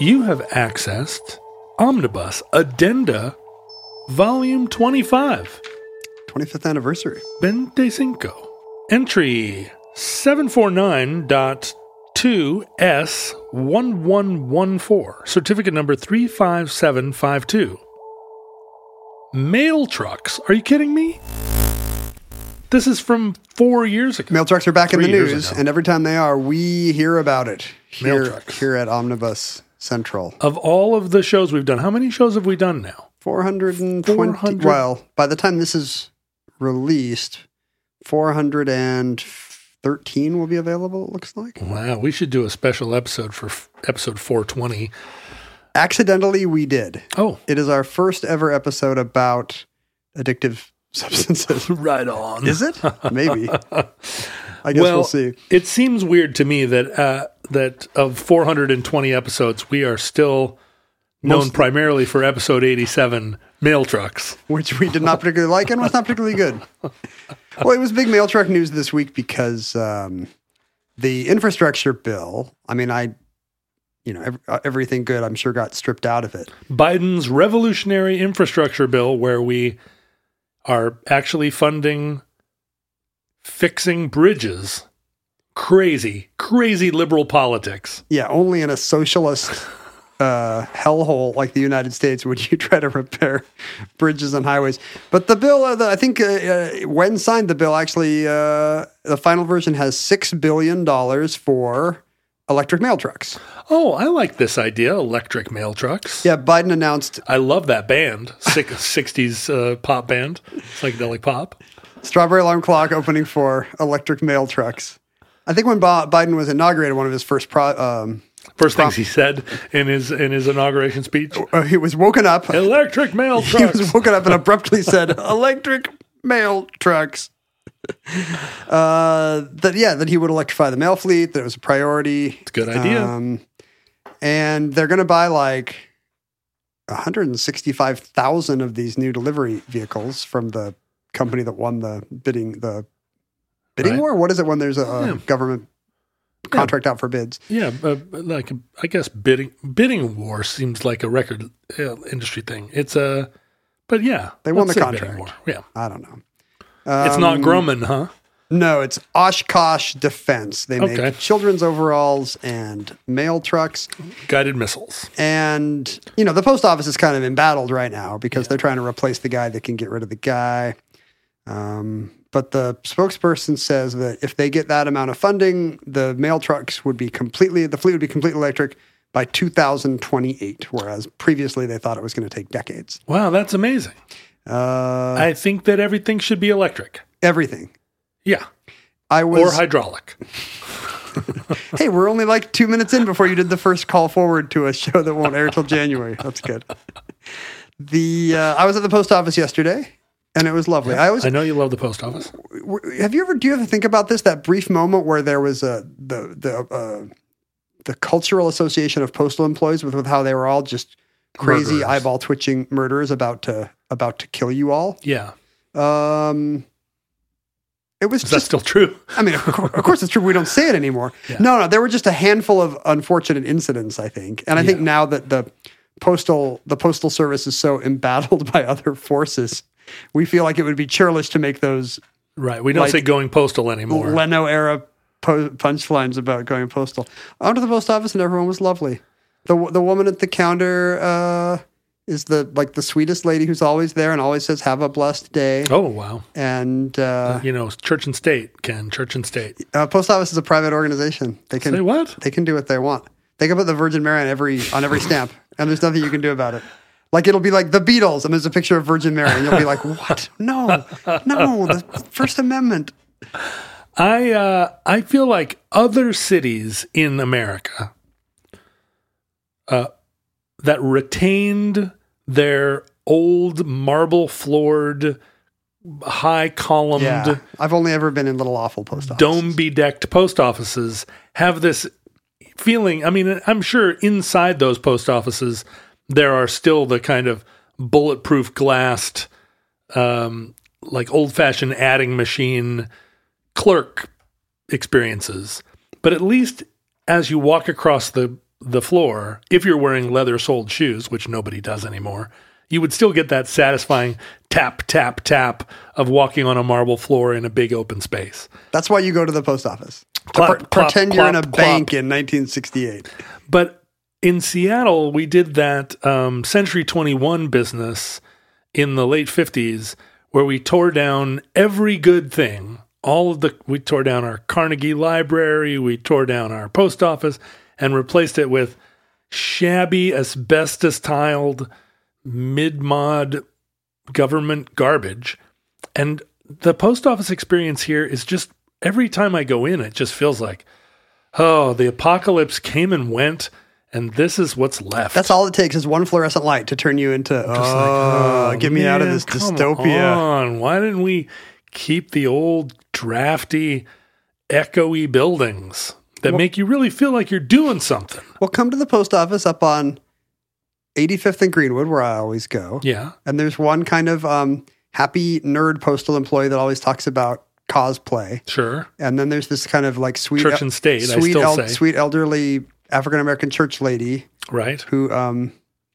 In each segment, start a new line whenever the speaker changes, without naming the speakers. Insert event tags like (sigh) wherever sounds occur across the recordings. You have accessed Omnibus Addenda Volume 25,
25th anniversary.
25, Entry 749.2S1114, Certificate Number 35752. Mail trucks. Are you kidding me? This is from four years ago.
Mail trucks are back in the
Three years
news,
ago.
and every time they are, we hear about it
Mail
here,
trucks.
here at Omnibus Central.
Of all of the shows we've done, how many shows have we done now?
420.
400
Well, by the time this is released, 413 will be available, it looks like.
Wow, we should do a special episode for f- episode 420.
Accidentally, we did.
Oh,
It is our first ever episode about addictive (laughs) substances.
right on.
Is it? (laughs) Maybe. I guess
well,
we'll see.
It seems weird to me that uh, that of 420 episodes, we are still known
Most-
primarily for episode 87 mail trucks.
which we did not particularly like and was not particularly good. Well, it was big mail truck news this week because um, the infrastructure bill. I mean, I, you know, ev- uh, everything good. I'm sure got stripped out of it.
Biden's revolutionary infrastructure bill, where we are actually funding fixing bridges. Crazy, crazy liberal politics.
Yeah, only in a socialist uh, hellhole like the United States would you try to repair bridges and highways. But the bill, uh, the, I think, uh, uh, when signed, the bill actually, uh, the final version has six billion dollars for electric mail trucks.
Oh, I like this idea. Electric mail trucks.
Yeah, Biden announced
I love that band, (laughs) Six- 60s uh, pop band, psychedelic pop.
Strawberry alarm clock opening for electric mail trucks. I think when Bo- Biden was inaugurated, one of his first pro- um,
First things he said in his in his inauguration speech:
uh, he was woken up.
"Electric (laughs) mail
He was
trucks."
woken up and abruptly said, "Electric mail trucks." Uh, that yeah, that he would electrify the mail fleet. That it was a priority. It's a
good idea.
Um, and they're going to buy like 165,000 of these new delivery vehicles from the company that won the bidding the bidding
Right.
war. What is it when there's a, a
Yeah.
government contract out for bids?
Yeah, uh, like I guess bidding bidding war seems like a record uh, industry thing. It's a, but yeah,
They won
let's
the
say bidding
contract.
war.
I don't know.
Yeah, it's not
Um,
Grumman, huh?
No, it's Oshkosh Defense. They make
Okay.
children's overalls and mail trucks.
Guided missiles.
And, you know, the post office is kind of embattled right now because they're trying to replace the guy that can get rid of the guy. Um, but the spokesperson says that if they get that amount of funding, the mail trucks would be completely, the fleet would be completely electric by 2028, whereas previously they thought it was going to take decades.
Wow, that's amazing.
Uh,
I think that everything should be electric.
everything.
Yeah,
I
or
was,
hydraulic.
hey, we're only like two minutes in before you did the first call forward to a show that won't air till January. That's good. The uh, I was at the post office yesterday, and it was lovely. I always
I know you love the post office.
w- have you ever do you ever think about this that brief moment where there was a the the uh, the cultural association of postal employees with, with how they were all just crazy
Murderers.
eyeball twitching murderers about to about to kill you all.
Yeah,
Um, it was
is that
just
still true?
I mean, of, cour- of course, it's true. We don't say it anymore. No, no, there were just a handful of unfortunate incidents, I think. And I think now that the postal the postal service is so embattled (laughs) by other forces. We feel like it would be churlish to make those
Right. We don't
Like-
say going postal anymore.
Leno era po- punchlines about going postal. I went to the post office and everyone was lovely. The wo- the woman at the counter uh, is the like the sweetest lady who's always there and always says "Have a blessed day."
oh, wow.
And uh,
You know, church and state, Ken. Church and state.
uh, post office is a private organization. They can
Say what?
they can do what they want. They can put the Virgin Mary on every on every stamp, and there's nothing you can do about it. Like it'll be like the Beatles, and there's a picture of Virgin Mary, and you'll be like, "What? No, no, the First Amendment."
I uh, I feel like other cities in America uh, that retained their old marble floored, high columned,
Yeah, I've only ever been in little awful post office.
dome bedecked post offices have this feeling. I mean, I'm sure inside those post offices there are still the kind of bulletproof glassed, um, like old fashioned adding machine clerk experiences. But at least as you walk across the the floor, if you're wearing leather soled shoes, which nobody does anymore, you would still get that satisfying tap tap tap of walking on a marble floor in a big open space.
That's why you go to the post office. To
Plop,
pre-
plop,
pretend you're in a
plop, plop.
bank in 1968.
But in Seattle, we did that um, Century 21 business in the late 50s where we tore down every good thing. All of the, we tore down our Carnegie Library, we tore down our post office, and replaced it with shabby, asbestos tiled, mid mod government garbage. And the post office experience here is just every time I go in, it just feels like, oh, the apocalypse came and went, and this is what's left.
That's all it takes is one fluorescent light to turn you into. Oh,
like,
get me out of
man,
this
come
dystopia.
on. Why didn't we keep the old drafty, echoey buildings that make you really feel like you're doing something?
Well, come to the post office up on 85th and Greenwood, where I always go.
Yeah.
And there's one kind of um, happy nerd postal employee that always talks about cosplay.
Sure.
And then there's this kind of like sweet
Church and state, I
sweet,
still
el-
say.
sweet elderly African American church lady
Right.
who um,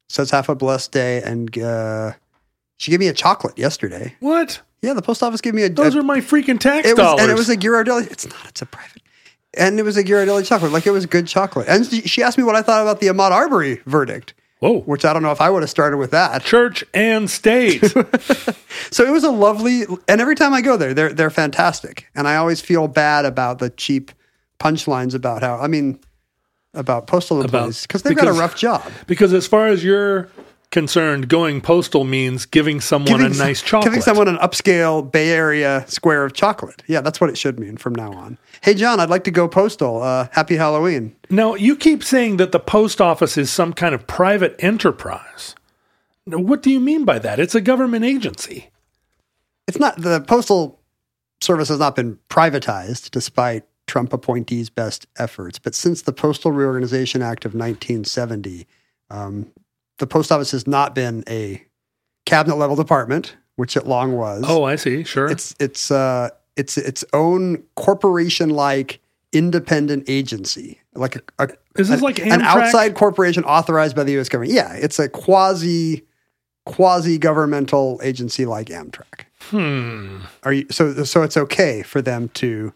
says "Have a blessed day," and uh, she gave me a chocolate yesterday.
What?
Yeah, the post office gave me a.
Those
a-
are my freaking tax
it was,
dollars.
and it was a Ghirardelli. It's not. It's a private. And it was a Ghirardelli chocolate. Like it was good chocolate. And she she asked me what I thought about the Ahmad Arbery verdict,
Whoa.
which I don't know if I would have started with that.
Church and
(laughs)
state.
So it was a lovely. And every time I go there, they're they're fantastic. And I always feel bad about the cheap punchlines about how I mean about postal employees because they've got a
because-
rough
(laughs)
job.
because as far as you're concerned, going postal means giving someone a nice
some-
chocolate.
Giving someone an upscale Bay Area square of chocolate. Yeah, that's what it should mean from now on. Hey, John, I'd like to go postal. Uh, happy Halloween.
Now, you keep saying that the post office is some kind of private enterprise. Now, what do you mean by that? It's a government agency.
It's not the postal service has not been privatized despite Trump appointees' best efforts. But since the Postal Reorganization Act of 1970, um, the post office has not been a cabinet level department, which it long was.
Oh, I see. Sure.
it's it's uh it's its own corporation like independent agency like a, a-
Is this
an-
like
an
Amtrak?
outside corporation authorized by the U.S. government? Yeah, it's a quasi quasi governmental agency like Amtrak.
Hmm.
Are you so so? It's okay for them to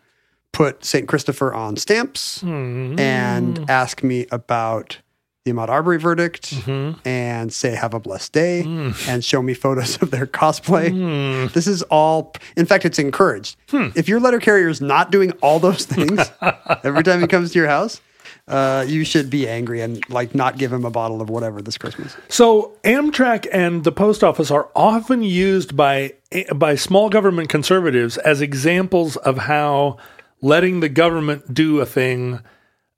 put Saint Christopher on stamps
Hmm.
and ask me about the Ahmad Arbery verdict
Mhm.
and say have a blessed day
Hmm.
and show me photos of their cosplay. This is all in fact it's encouraged.
Hmm.
If your letter carrier is not doing all those
(laughs)
things every time he comes to your house, uh, you should be angry and like not give him a bottle of whatever this Christmas.
So Amtrak and the post office are often used by by small government conservatives as examples of how letting the government do a thing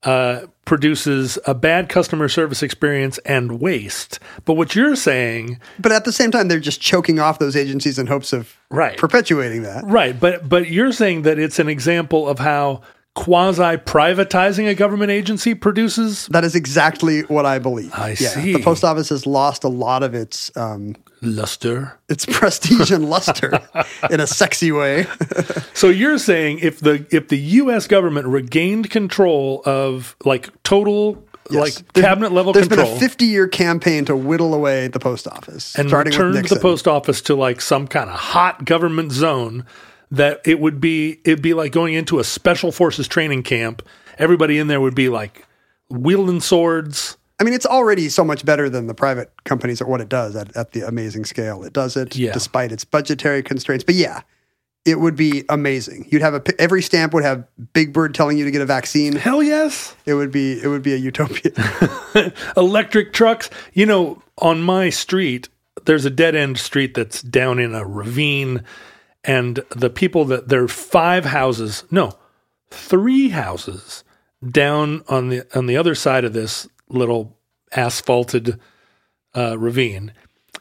uh, produces a bad customer service experience and waste. But what you're saying
But at the same time, they're just choking off those agencies in hopes of
Right.
perpetuating that.
Right, but but you're saying that it's an example of how quasi privatizing a government agency produces
That is exactly what I believe.
I
The
see.
post office has lost a lot of its um,
luster.
its (laughs) prestige and luster in a sexy way. (laughs)
So you're saying if the if the US government regained control of like total like cabinet level
There's
control.
been a 50 year campaign to whittle away the post office,
and
starting
returned
with Nixon.
the post office to like some kind of hot government zone that it would be it'd be like going into a special forces training camp everybody in there would be like wielding swords
I mean, it's already so much better than the private companies at what it does at, at the amazing scale it does it,
Yeah.
despite its budgetary constraints. But yeah, it would be amazing. You'd have a pi- every stamp would have Big Bird telling you to get a vaccine.
hell yes
It would be it would be a utopia. (laughs)
electric trucks you know on my street there's a dead end street that's down in a ravine and the people that there are five houses no three houses down on the on the other side of this little asphalted uh, ravine,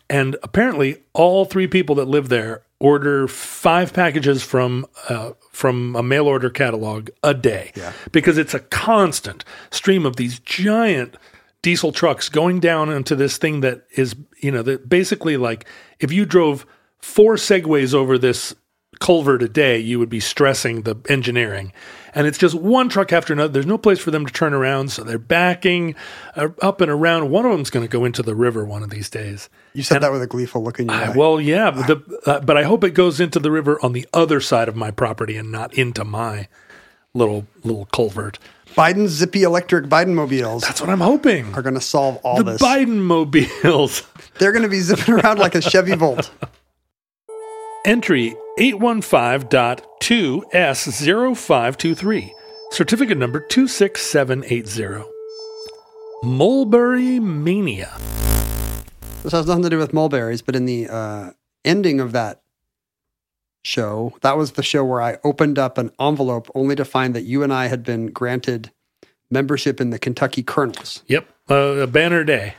and apparently all three people that live there order five packages from uh, from a mail order catalog a day because it's a constant stream of these giant diesel trucks going down into this thing that is you know that basically like if you drove four segways over this culvert a day, you would be stressing the engineering. And it's just one truck after another. There's no place for them to turn around, so they're backing uh, up and around. One of them's going to go into the river one of these days.
You said that with a gleeful look in your eye.
Uh, Well, yeah, but, the, uh, but I hope it goes into the river on the other side of my property and not into my little little culvert.
Biden's zippy electric Biden mobiles
That's what I'm hoping.
are going to solve all
The
this.
Biden mobiles. (laughs)
They're going to be zipping (laughs) around like a Chevy Volt.
Entry 815.2S0523, certificate number 26780. Mulberry Mania.
This has nothing to do with mulberries, but in the uh, ending of that show, that was the show where I opened up an envelope only to find that you and I had been granted membership in the Kentucky Colonels.
Yep, uh, a banner day.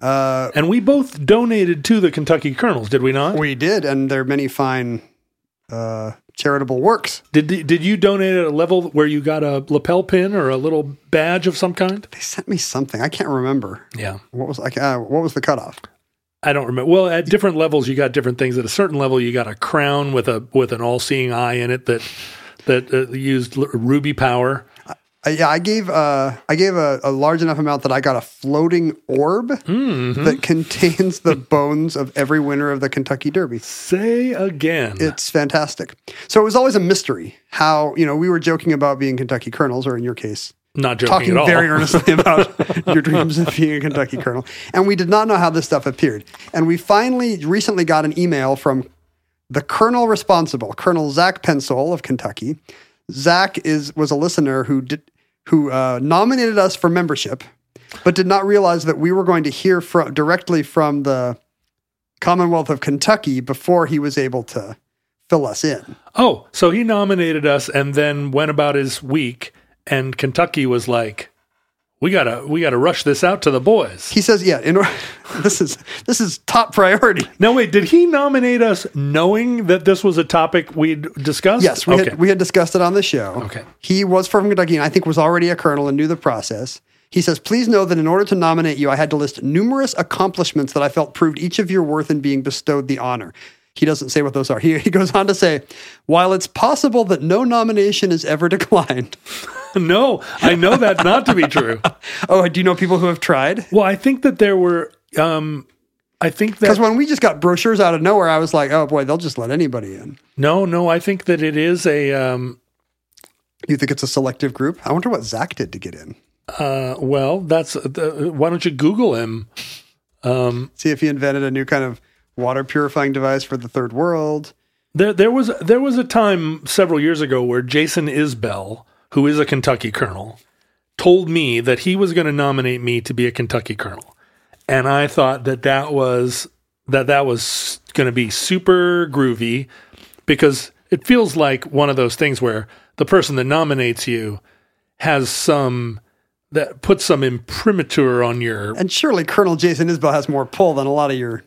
Uh,
And we both donated to the Kentucky Colonels, did we not?
we did, and there are many fine uh, charitable works.
Did, did you donate at a level where you got a lapel pin or a little badge of some kind?
They sent me something I can't remember.
Yeah.
What was like? Uh, what was the cutoff?
I don't remember. Well, at different levels, you got different things. At a certain level, you got a crown with a with an all-seeing eye in it that that uh, used l- ruby power.
Uh, yeah, I gave uh, I gave a, a large enough amount that I got a floating orb that contains the bones of every winner of the Kentucky Derby.
Say again.
It's fantastic. So it was always a mystery how you know we were joking about being Kentucky colonels, or in your case,
Not joking
talking
at all.
very
(laughs)
earnestly about your dreams of being a Kentucky colonel, and we did not know how this stuff appeared. And we finally recently got an email from the colonel responsible, Colonel Zach Pensol of Kentucky. Zach is was a listener who did who uh, nominated us for membership, but did not realize that we were going to hear from directly from the Commonwealth of Kentucky before he was able to fill us in.
oh, so he nominated us and then went about his week, and Kentucky was like, "We gotta, we gotta rush this out to the boys."
He says, "Yeah, in order, (laughs) this is this is top priority."
Now, wait, did he nominate us knowing that this was a topic we'd discussed?
Yes, we
okay.
had we had discussed it on the show.
Okay.
He was from Kentucky and I think was already a colonel and knew the process. He says, please know that in order to nominate you, I had to list numerous accomplishments that I felt proved each of your worth in being bestowed the honor. He doesn't say what those are. He, he goes on to say, while it's possible that no nomination is ever (laughs) declined.
(laughs) no, I know that not to be true.
Oh, do you know people who have tried?
(laughs) Well, I think that there were. Um, I think that
Because when we just got brochures out of nowhere, I was like, oh boy, they'll just let anybody in.
no, no. I think that it is a. Um,
You think it's a selective group? I wonder what Zach did to get in.
uh, well, that's. Uh, why don't you Google him?
See if he invented a new kind of water purifying device for the third world.
There, there was there was a time several years ago where Jason Isbell, who is a Kentucky colonel, told me that he was going to nominate me to be a Kentucky colonel, and I thought that that was that that was going to be super groovy because it feels like one of those things where the person that nominates you has some that puts some imprimatur on your
And surely Colonel Jason Isbell has more pull than a lot of your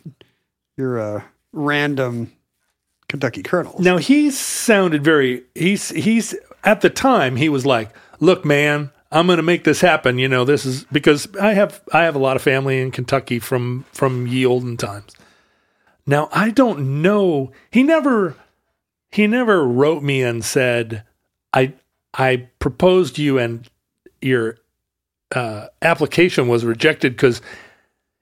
your uh, random Kentucky colonels.
Now he sounded very he's he's at the time he was like, "Look, man, I'm going to make this happen." You know, this is because I have I have a lot of family in Kentucky from from ye olden times. Now I don't know. He never he never wrote me and said, "I I proposed you and your uh, application was rejected because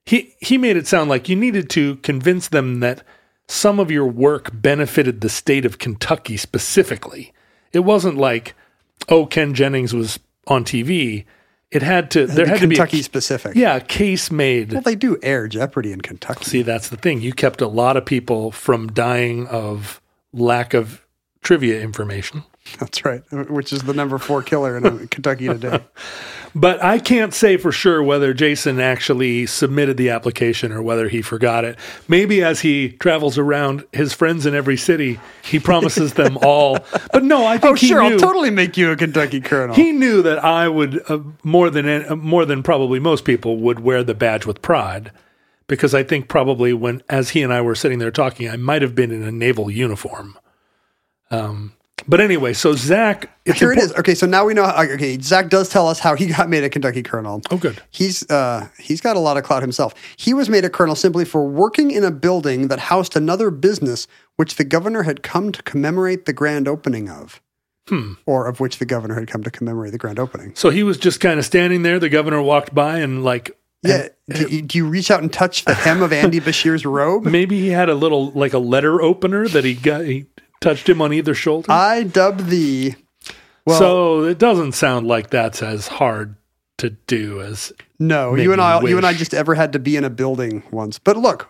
he he made it sound like you needed to convince them that some of your work benefited the state of Kentucky specifically. It wasn't like, oh, Ken Jennings was on TV. It had to there had
Kentucky
to be
specific.
a, yeah a case made.
Well, they do air Jeopardy in Kentucky.
See, that's the thing. You kept a lot of people from dying of lack of trivia information.
That's right. Which is the number four killer in uh, Kentucky
(laughs)
today.
But I can't say for sure whether Jason actually submitted the application or whether he forgot it. Maybe as he travels around his friends in every city, he
(laughs)
promises them all. But no, I think
Oh,
he
sure.
knew.
I'll totally make you a Kentucky colonel.
he knew that I would uh, more than uh, more than probably most people would wear the badge with pride because I think probably when as he and I were sitting there talking, I might have been in a naval uniform. Um, but anyway, so Zach, it's
Here it
impor-
is. Okay, so now we know. How, okay, Zach does tell us how he got made a Kentucky colonel.
Oh, good.
He's uh, he's got a lot of clout himself. He was made a colonel simply for working in a building that housed another business, which the governor had come to commemorate the grand opening of,
Hmm.
or of which the governor had come to commemorate the grand opening.
So he was just kind of standing there. The governor walked by and like
Yeah. Do, you- do you reach out and touch the hem of
(laughs)
Andy Bashir's robe?
maybe he had a little like a letter opener that he got. He touched him on either shoulder.
I dub thee. Well,
so it doesn't sound like that's as hard to do as
No,
Maybe
you and I, you and I
wish.
just ever had to be in a building once. But look,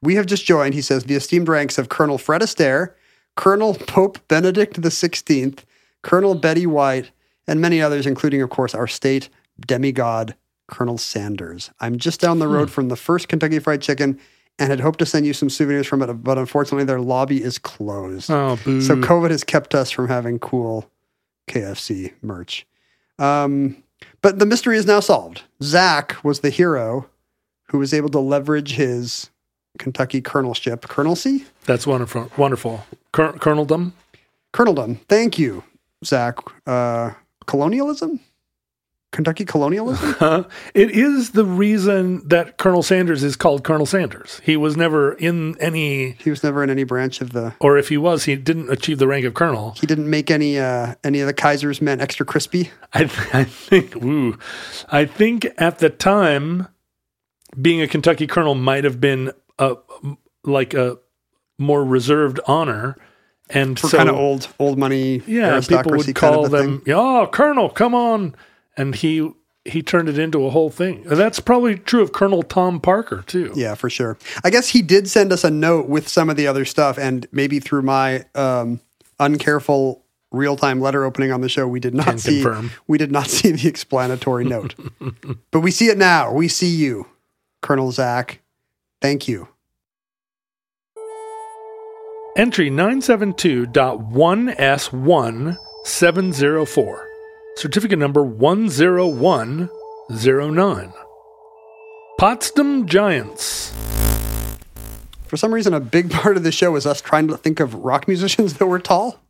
we have just joined. He says the esteemed ranks of Colonel Fred Astaire, Colonel Pope Benedict the Sixteenth, Colonel Betty White, and many others, including, of course, our state demigod Colonel Sanders. I'm just down the road
Hmm.
from the first Kentucky Fried Chicken, and had hoped to send you some souvenirs from it, but unfortunately, their lobby is closed.
oh boo.
So COVID has kept us from having cool KFC merch. Um, but the mystery is now solved. Zach was the hero who was able to leverage his Kentucky colonelship, colonelcy,
that's wonderful. Wonderful, Col- Colonel
coloneldom. Thank you, Zach. Uh, colonialism, Kentucky
(laughs)
colonialism.
(laughs) It is the reason that Colonel Sanders is called Colonel Sanders. He was never in any,
he was never in any branch of the.
or if he was, he didn't achieve the rank of colonel.
He didn't make any uh, any of the Kaiser's men extra crispy.
I, (laughs) th- I think, ooh, I think at the time, being a Kentucky colonel might have been a like a more reserved honor, and
For
so
kind of old old money
yeah, people
aristocracy
would call
kind of a
them, "Oh, colonel, come on!" And he he turned it into a whole thing. And That's probably true of Colonel Tom Parker too.
Yeah, for sure. I guess he did send us a note with some of the other stuff, and maybe through my um, uncareful real-time letter opening on the show, we did not
Can
see
confirm.
we did not (laughs) see the explanatory
(laughs)
note, but we see it now. We see you, Colonel Zach. Thank you.
Entry 972.1S1704. Certificate number 10109. Potsdam Giants.
For some reason, a big (laughs) part of the show is us trying to think of rock musicians (laughs) that were tall.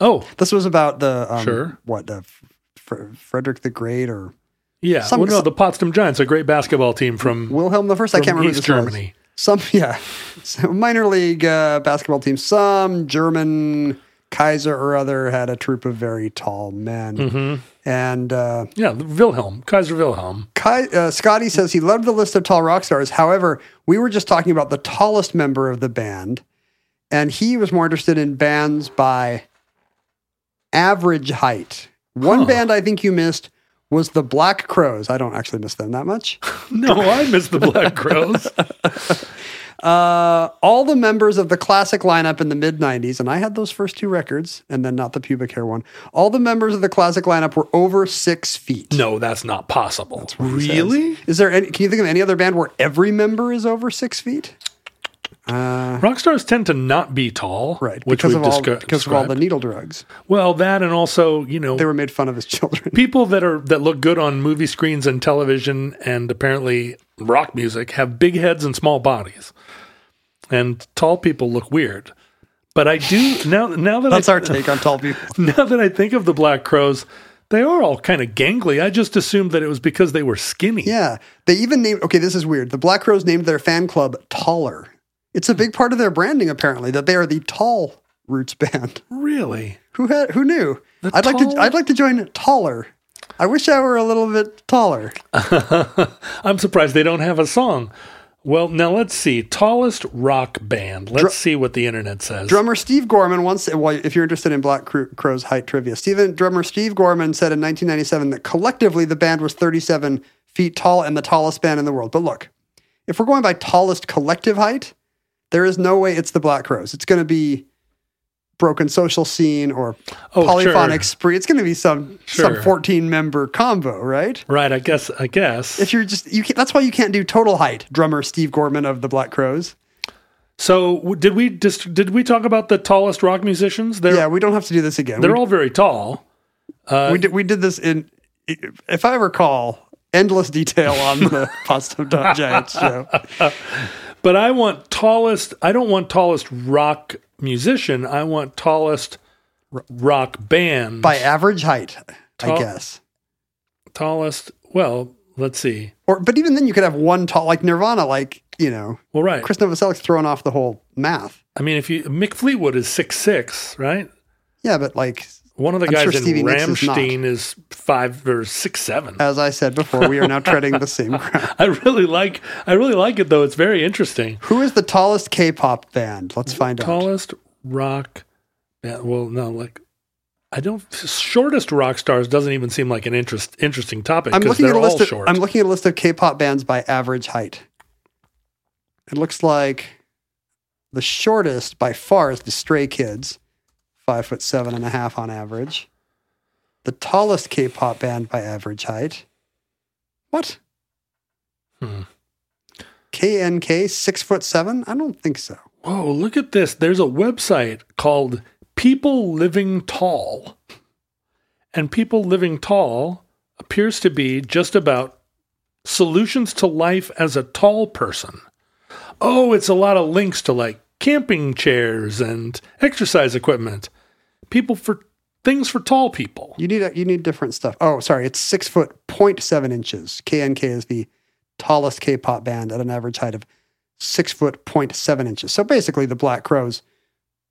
Oh,
This was about the um,
Sure.
what uh, Fr- Frederick the Great or
yeah.
Some-
well, no, the Potsdam Giants, a great basketball team from
Wilhelm the First. I
From
can't remember
East
this was.
Germany.
Some (laughs) yeah, some minor league uh, basketball team. Some German Kaiser or other had a troop of very tall men. And uh,
yeah, Wilhelm, Kaiser Wilhelm.
Kai, uh, Scotty says he loved the list of tall rock stars. However, we were just talking about the tallest member of the band, and he was more interested in bands by average height. One band I think you missed was the Black Crows. I don't actually miss them that much.
(laughs) No, Oh, I miss the
(laughs)
Black Crows.
Uh, all the members of the classic lineup in the mid 90s, and I had those first two records, and then not the pubic hair one. All the members of the classic lineup were over six feet.
No, that's not possible.
He says. Is there any? Can you think of any other band where every member is over six feet?
Rock stars tend to not be tall,
Uh-huh. Right,
Which
because
we've
of all
discu-
because of all the
described.
needle drugs.
well, that and also you know
They were made fun of as children.
people that are that look good on movie screens and television and apparently rock music have big heads and small bodies and tall people look weird but i do now now
(laughs)
that
That's
I,
our take on tall people.
(laughs) now that i think of the black crows they are all kind of gangly i just assumed that it was because they were skinny
Yeah, they even named. Okay, this is weird. The Black Crows named their fan club Taller. It's a big part of their branding, apparently, that they are the Tall Roots band.
really
Who had? Who knew?
The
I'd like
Tall-
to. I'd like to join Taller. I wish I were a little bit taller.
I'm surprised they don't have a song. Well, now let's see. Tallest rock band. Let's see what the internet says.
Drummer Steve Gorman once, well, if you're interested in Black Cro- Crow's height trivia, Steven, drummer Steve Gorman said in 1997 that collectively the band was 37 feet tall and the tallest band in the world. But look, if we're going by tallest collective height, there is no way it's the Black Crows. It's going to be Broken Social Scene or
Oh,
Polyphonic
sure.
Spree. It's going to be some
Sure.
some 14 member combo, right?
right, I guess I guess.
If you're just you, can, that's why you can't do total height. Drummer Steve Gorman of the Black Crows.
so, w- did we just did we talk about the tallest rock musicians? They're
yeah, we don't have to do this again.
they're
we,
all very tall.
we did we did this in, if I recall, endless detail on
(laughs)
the Pasta Dot Giants show.
But I want tallest. I don't want tallest rock musician. I want tallest r- rock band.
By average height, I
Tall-
guess.
tallest. Well, let's see.
Or but even then, you could have one tall, like Nirvana, like you know,
Well, right.
Chris Novoselic's throwing off the whole math.
I mean, if you Mick Fleetwood is six six, right?
Yeah, but like
One of the
I'm
guys
sure
in
Stevie Nicks is not. Uh,
Ramstein is, five or six seven.
as I said before, we are now treading the same (laughs) ground.
(laughs) I really like. I really like it though. It's very interesting.
Who is the tallest K-pop band? Let's find out.
Tallest rock. Yeah, well, no, like I don't. Shortest rock stars doesn't even seem like an interest interesting topic
I'm
because
looking
they're
at a
all
list. Of,
short.
I'm looking at a list of K-pop bands by average height. It looks like the shortest by far is the Stray Kids, five foot seven and a half on average. The tallest K-pop band by average height. What?
Hmm.
KNK six foot seven? I don't think so.
Whoa, Oh, look at this. There's a website called People Living Tall. And People Living Tall appears to be just about solutions to life as a tall person. Oh, it's a lot of links to like camping chairs and exercise equipment. People for things for tall people.
You need you need different stuff. Oh, sorry, it's six foot point seven inches. KNK is the tallest K-pop band at an average height of six foot point seven inches. So basically, the Black Crows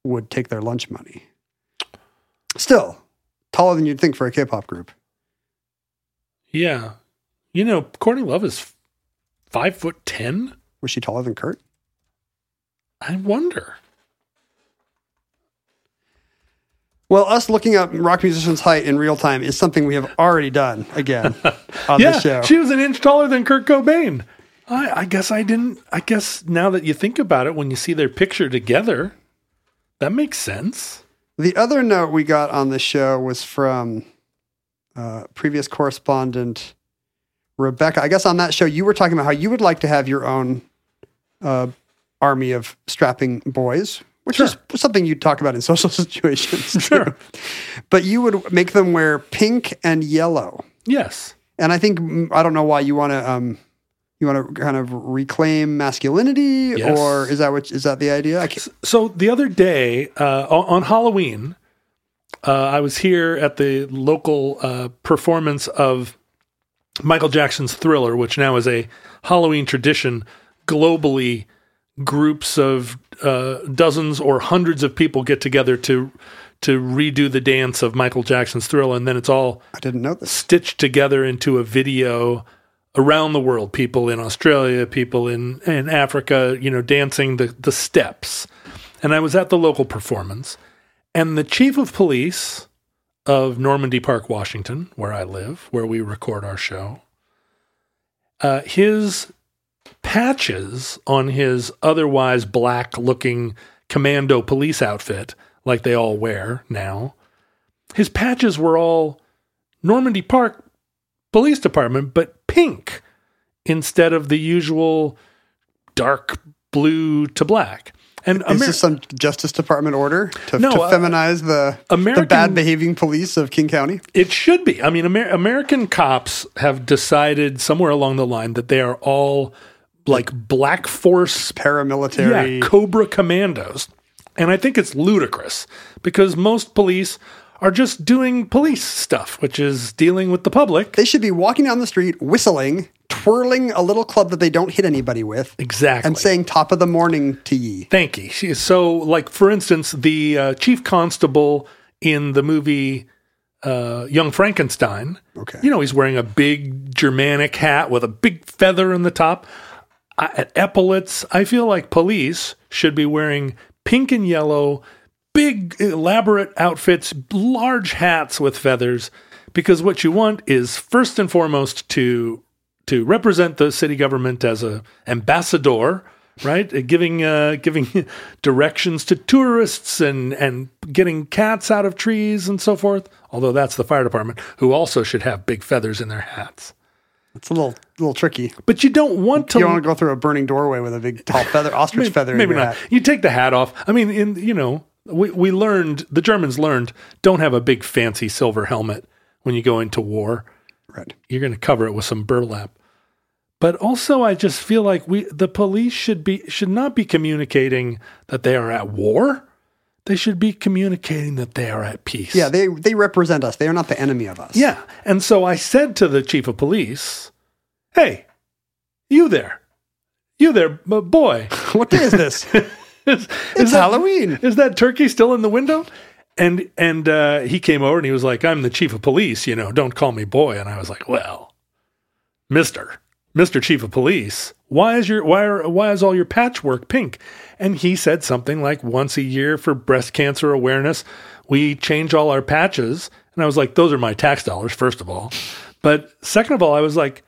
would take their lunch money. Still taller than you'd think for a K-pop group.
Yeah. You know, Courtney Love is five foot ten.
Was she taller than Kurt?
I wonder.
Well, us looking up rock musicians' height in real time is something we have already done again on
yeah,
this show.
she was an inch taller than Kurt Cobain. I, I guess I didn't. I guess now that you think about it, when you see their picture together, that makes sense.
The other note we got on the show was from uh, previous correspondent Rebecca. I guess on that show, you were talking about how you would like to have your own uh, army of strapping boys, which is something you'd talk about in social (laughs) situations. too.
Sure.
But you would make them wear pink and yellow.
Yes.
And I think, mm, I don't know why you want to. Um, you want to kind of reclaim masculinity,
Yes.
or is that what is that the idea? I can't,
So the other day uh, on, on Halloween, uh, I was here at the local uh, performance of Michael Jackson's Thriller, which now is a Halloween tradition globally. Groups of uh, dozens or hundreds of people get together to to redo the dance of Michael Jackson's Thriller, and then it's all
I didn't know this.
stitched together into a video around the world people in australia people in, in africa you know dancing the, the steps and i was at the local performance and the chief of police of normandy park washington where i live where we record our show uh, his patches on his otherwise black looking commando police outfit like they all wear now his patches were all Normandy Park Police Department, but pink instead of the usual dark blue to black. And
Is
Ameri-
this some Justice Department order to,
No,
to
uh,
feminize the,
American-
the bad behaving police of King County?
it should be. I mean, Amer- American cops have decided somewhere along the line that they are all like black force
Paramilitary.
Yeah, Cobra Commandos. And I think it's ludicrous because most police are just doing police stuff, which is dealing with the public.
they should be walking down the street, whistling, twirling a little club that they don't hit anybody with,
Exactly.
and saying top of the morning to ye.
Thank you. She- So, like for instance, the uh, chief constable in the movie uh, young Frankenstein.
Okay.
You know, he's wearing a big Germanic hat with a big feather in the top. I, at epaulets, I feel like police should be wearing pink and yellow, big, elaborate outfits, large hats with feathers, because what you want is first and foremost to to represent the city government as a ambassador, right? Uh, Giving uh, giving (laughs) directions to tourists and and getting cats out of trees and so forth. Although that's the fire department, who also should have big feathers in their hats.
It's a little little tricky.
But you don't want to
You don't want to go through a burning doorway with a big tall
(laughs)
feather, ostrich feather. in
Maybe
your
not.
hat.
You take the hat off. I mean, in you know, we we learned the Germans learned don't have a big fancy silver helmet when you go into war.
Right.
You're going to cover it with some burlap. But also, I just feel like we the police should be should not be communicating that they are at war. They should be communicating that they are at peace.
Yeah, they they represent us. They are not the enemy of us.
Yeah. And so I said to the chief of police, "Hey, you there? You there, b- boy?"
(laughs) What day is
(laughs)
this?
it's
It's Halloween.
Is that turkey still in the window? And and uh, he came over and he was like, "I'm the chief of police, you know. Don't call me boy." And I was like, "Well, Mister, Mister Chief of Police, why is your why are why is all your patchwork pink?" And he said something like, "Once a year for breast cancer awareness, we change all our patches." And I was like, "Those are my tax dollars, first of all, but second of all, I was like,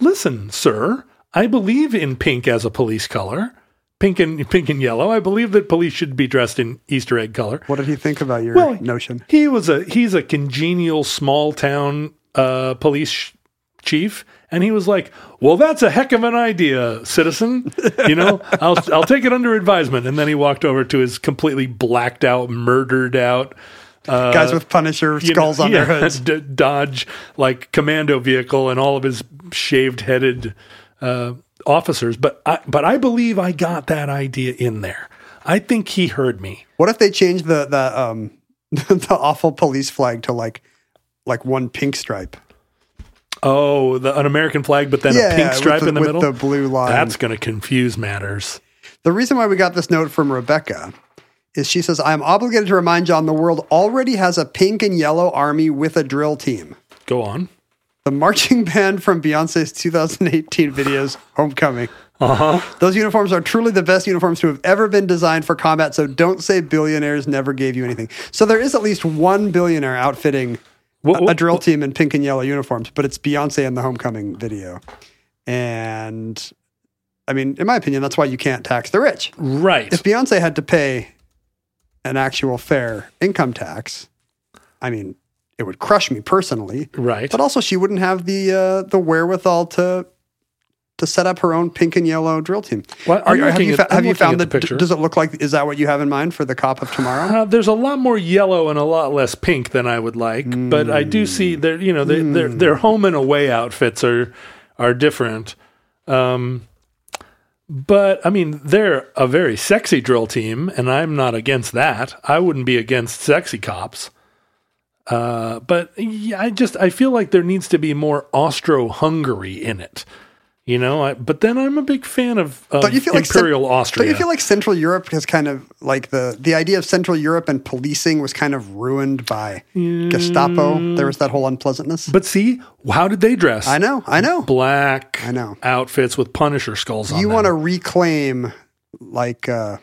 Listen, sir, I believe in pink as a police color. Pink and pink and yellow. I believe that police should be dressed in Easter egg color.
What did he think about your
Well,
notion?
He was a he's a congenial small town uh, police sh- chief, and he was like, "Well, that's a heck of an idea, citizen. You know, I'll I'll take it under advisement." And then he walked over to his completely blacked out, murdered out
Guys with Punisher
uh, you know,
skulls on
yeah,
their
(laughs)
hoods.
D- Dodge like commando vehicle and all of his shaved headed uh, officers. But I, but I believe I got that idea in there. I think he heard me.
What if they change the the um (laughs) the awful police flag to like like one pink stripe?
Oh, the, an American flag, but then
Yeah,
a
yeah,
pink
with
stripe
the-
in the
with
middle.
the blue line.
That's going to confuse matters.
The reason why we got this note from Rebecca is she says, I am obligated to remind John the world already has a pink and yellow army with a drill team.
Go on.
The marching (laughs) band from Beyonce's 2018 videos, Homecoming. Uh-huh. Those uniforms are truly the best uniforms to have ever been designed for combat, so don't say billionaires never gave you anything. So there is at least one billionaire outfitting
What-
a- a
what-
drill team in pink and yellow uniforms, but it's Beyonce in the Homecoming video. And I mean, in my opinion, that's why you can't tax the rich
Right.
if Beyonce had to pay an actual fair income tax, I mean, it would crush me personally.
right.
But also, she wouldn't have the uh, the wherewithal to to set up her own pink and yellow drill team.
Well, I'm
have
looking
you,
at-
fa-
I'm
have you
looking
found
at the
that?
picture.
Does it look like? Is that what you have in mind for the cop of tomorrow?
Uh, there's a lot more yellow and a lot less pink than I would like, but I do see
Hmm.
their you know their their their home and away outfits are are different. Um, but I mean, they're a very sexy drill team, and I'm not against that. I wouldn't be against sexy cops. Uh, but yeah, I just I feel like there needs to be more Austro-Hungary in it, you know. I, but then I'm a big fan of, of
Don't you feel like cen-
Imperial Austria.
Don't you feel like Central Europe has kind of like the the idea of Central Europe and policing was kind of ruined by Gestapo? There was that whole unpleasantness.
but see, how did they dress?
I know, I know.
black
I know.
outfits with Punisher skulls on.
you
them.
want to reclaim like uh,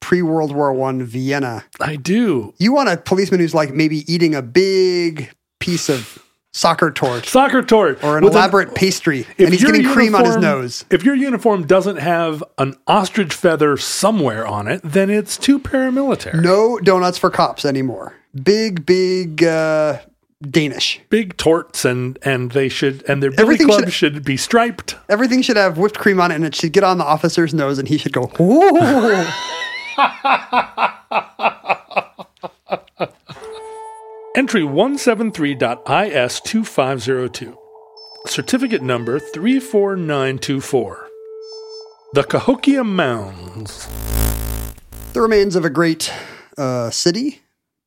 pre World War One Vienna.
I do.
You want a policeman who's like maybe eating a big piece of soccer torch
Soccer tort
or an
with
elaborate pastry,
if
and he's
your
getting cream on his
uniform-
nose.
If your uniform doesn't have an ostrich feather somewhere on it, then it's too paramilitary.
No donuts for cops anymore. Big, big uh, Danish.
Big torts and and they should and their billy
Everything
club
should-
should, be striped.
Everything should have whipped cream on it, and it should get on the officer's nose, and he should go. Ooh.
Entry 173.is2502. Certificate number 34924. The Cahokia Mounds.
the remains of a great uh, city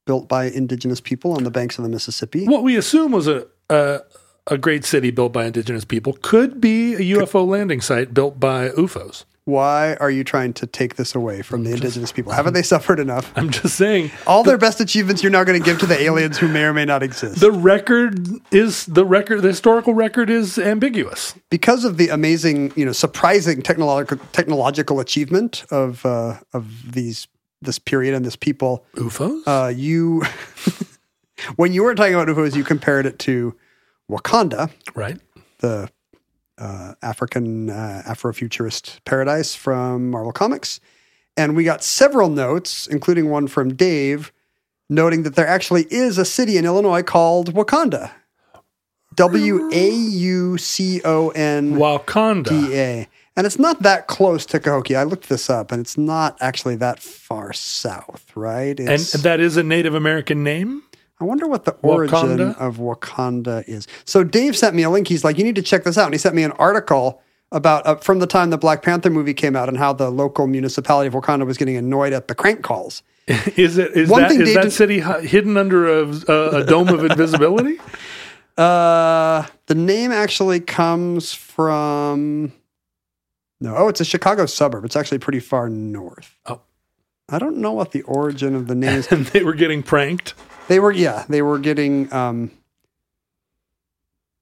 built by indigenous people on the banks of the Mississippi.
what we assume was a a, a great city built by indigenous people could be a UFO landing site built by UFOs.
Why are you trying to take this away from the indigenous people? Haven't they suffered enough?
I'm just saying
All their best achievements you're now going to give to the aliens who may or may not exist.
the record is the record the historical record is ambiguous.
because of the amazing, you know, surprising technological technological achievement of uh, of these this period and this people,
UFOs?
uh, you (laughs) when you were talking about UFOs, you compared it to Wakanda,
right.
the uh, African uh, Afrofuturist paradise from Marvel Comics, and we got several notes, including one from Dave, noting that there actually is a city in Illinois called Wakanda. W A U C O N
Wakanda.
DA. E And it's not that close to Cahokia. I looked this up and it's not actually that far south, right?
and
It's,
that is a Native American name? (laughs)
I wonder what the origin
Wakanda?
of Wakanda is. So Dave sent me a link. He's like, you need to check this out. And he sent me an article about uh, from the time the Black Panther movie came out and how the local municipality of Wakanda was getting annoyed at the crank calls.
Is it is
One
that
thing
is
they
that
did-
city hi- hidden under a, a, a dome of invisibility?
Uh, the name actually comes from. No, oh, it's a Chicago suburb. It's actually pretty far north.
Oh.
I don't know what the origin of the name
(laughs)
is.
and they were getting pranked.
They were, yeah, they were getting. Um,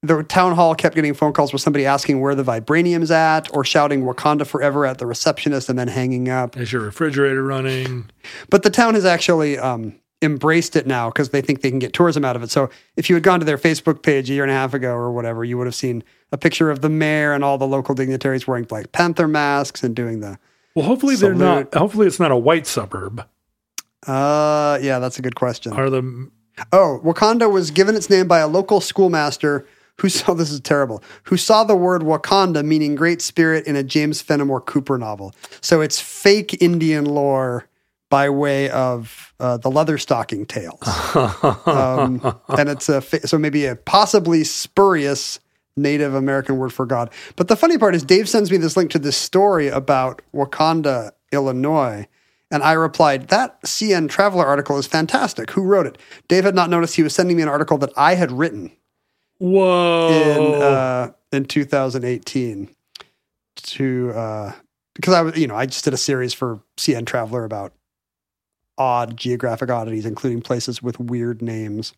the town hall kept getting phone calls with somebody asking where the vibranium's at, or shouting "Wakanda forever" at the receptionist, and then hanging up.
Is your refrigerator running?
But the town has actually um, embraced it now because they think they can get tourism out of it. So if you had gone to their Facebook page a year and a half ago or whatever, you would have seen a picture of the mayor and all the local dignitaries wearing Black Panther masks and doing the.
Well, hopefully they're
Salute.
not. Hopefully it's not a white suburb.
Uh, yeah, that's a good question.
Are the
Oh, Wakanda was given its name by a local schoolmaster who saw (laughs) this is terrible. Who saw the word Wakanda meaning great spirit in a James Fenimore Cooper novel. So it's fake Indian lore by way of uh, the leather stocking tales. um, and it's a fa- so maybe a possibly spurious Native American word for God. But the funny part is, Dave sends me this link to this story about Wakanda, Illinois. And I replied, That CN Traveler article is fantastic. Who wrote it? Dave had not noticed he was sending me an article that I had written
whoa?
in uh, in 2018 to uh, because I was you know I just did a series for CN Traveler about odd geographic oddities, including places with weird names.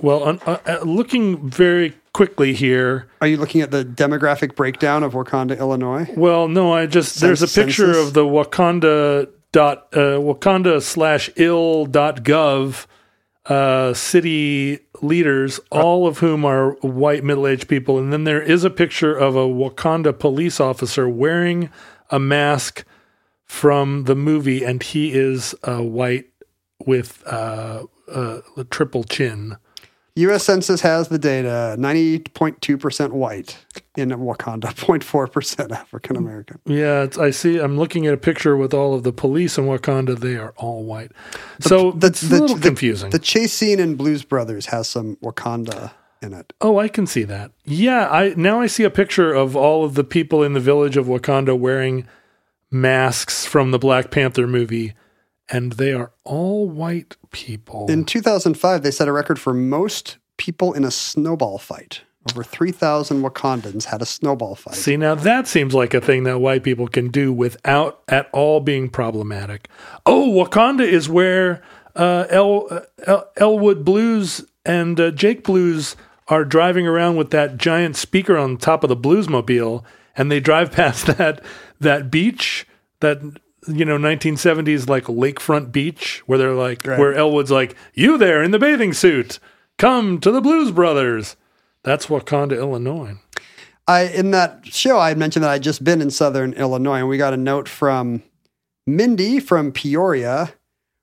well, un, uh, uh, looking very quickly here.
Are you looking at the demographic breakdown of Wakanda, Illinois?
Well, no, I just there's a
Cens-
picture
census?
of the Wakanda dot uh, Wakanda slash ill dot gov uh, city leaders, all of whom are white middle aged people, and then there is a picture of a Wakanda police officer wearing a mask from the movie, and he is uh, white with uh, uh, a triple chin.
U.S. Census has the data: ninety point two percent white in Wakanda, (laughs) 04 percent African American.
Yeah, it's, I see. I'm looking at a picture with all of the police in Wakanda. They are all white. so
the-
that's
the-
a little
the-
confusing.
The chase scene in Blues Brothers has some Wakanda in it.
oh, I can see that. Yeah, I now I see a picture of all of the people in the village of Wakanda wearing masks from the Black Panther movie, and they are all white people.
In 2005, they set a record for most people in a snowball fight. Over 3,000 Wakandans had a snowball fight.
See, now that seems like a thing that white people can do without at all being problematic. Oh, Wakanda is where uh, El, uh, El, Elwood Blues and uh, Jake Blues are driving around with that giant speaker on top of the Bluesmobile, and they drive (laughs) past that that beach that you know 1970s like lakefront beach where they're like where Elwood's like you there in the bathing suit come to the Blues Brothers. That's Wakanda, Illinois.
I in that show I had mentioned that I'd just been in Southern Illinois, and we got a note from Mindy from Peoria,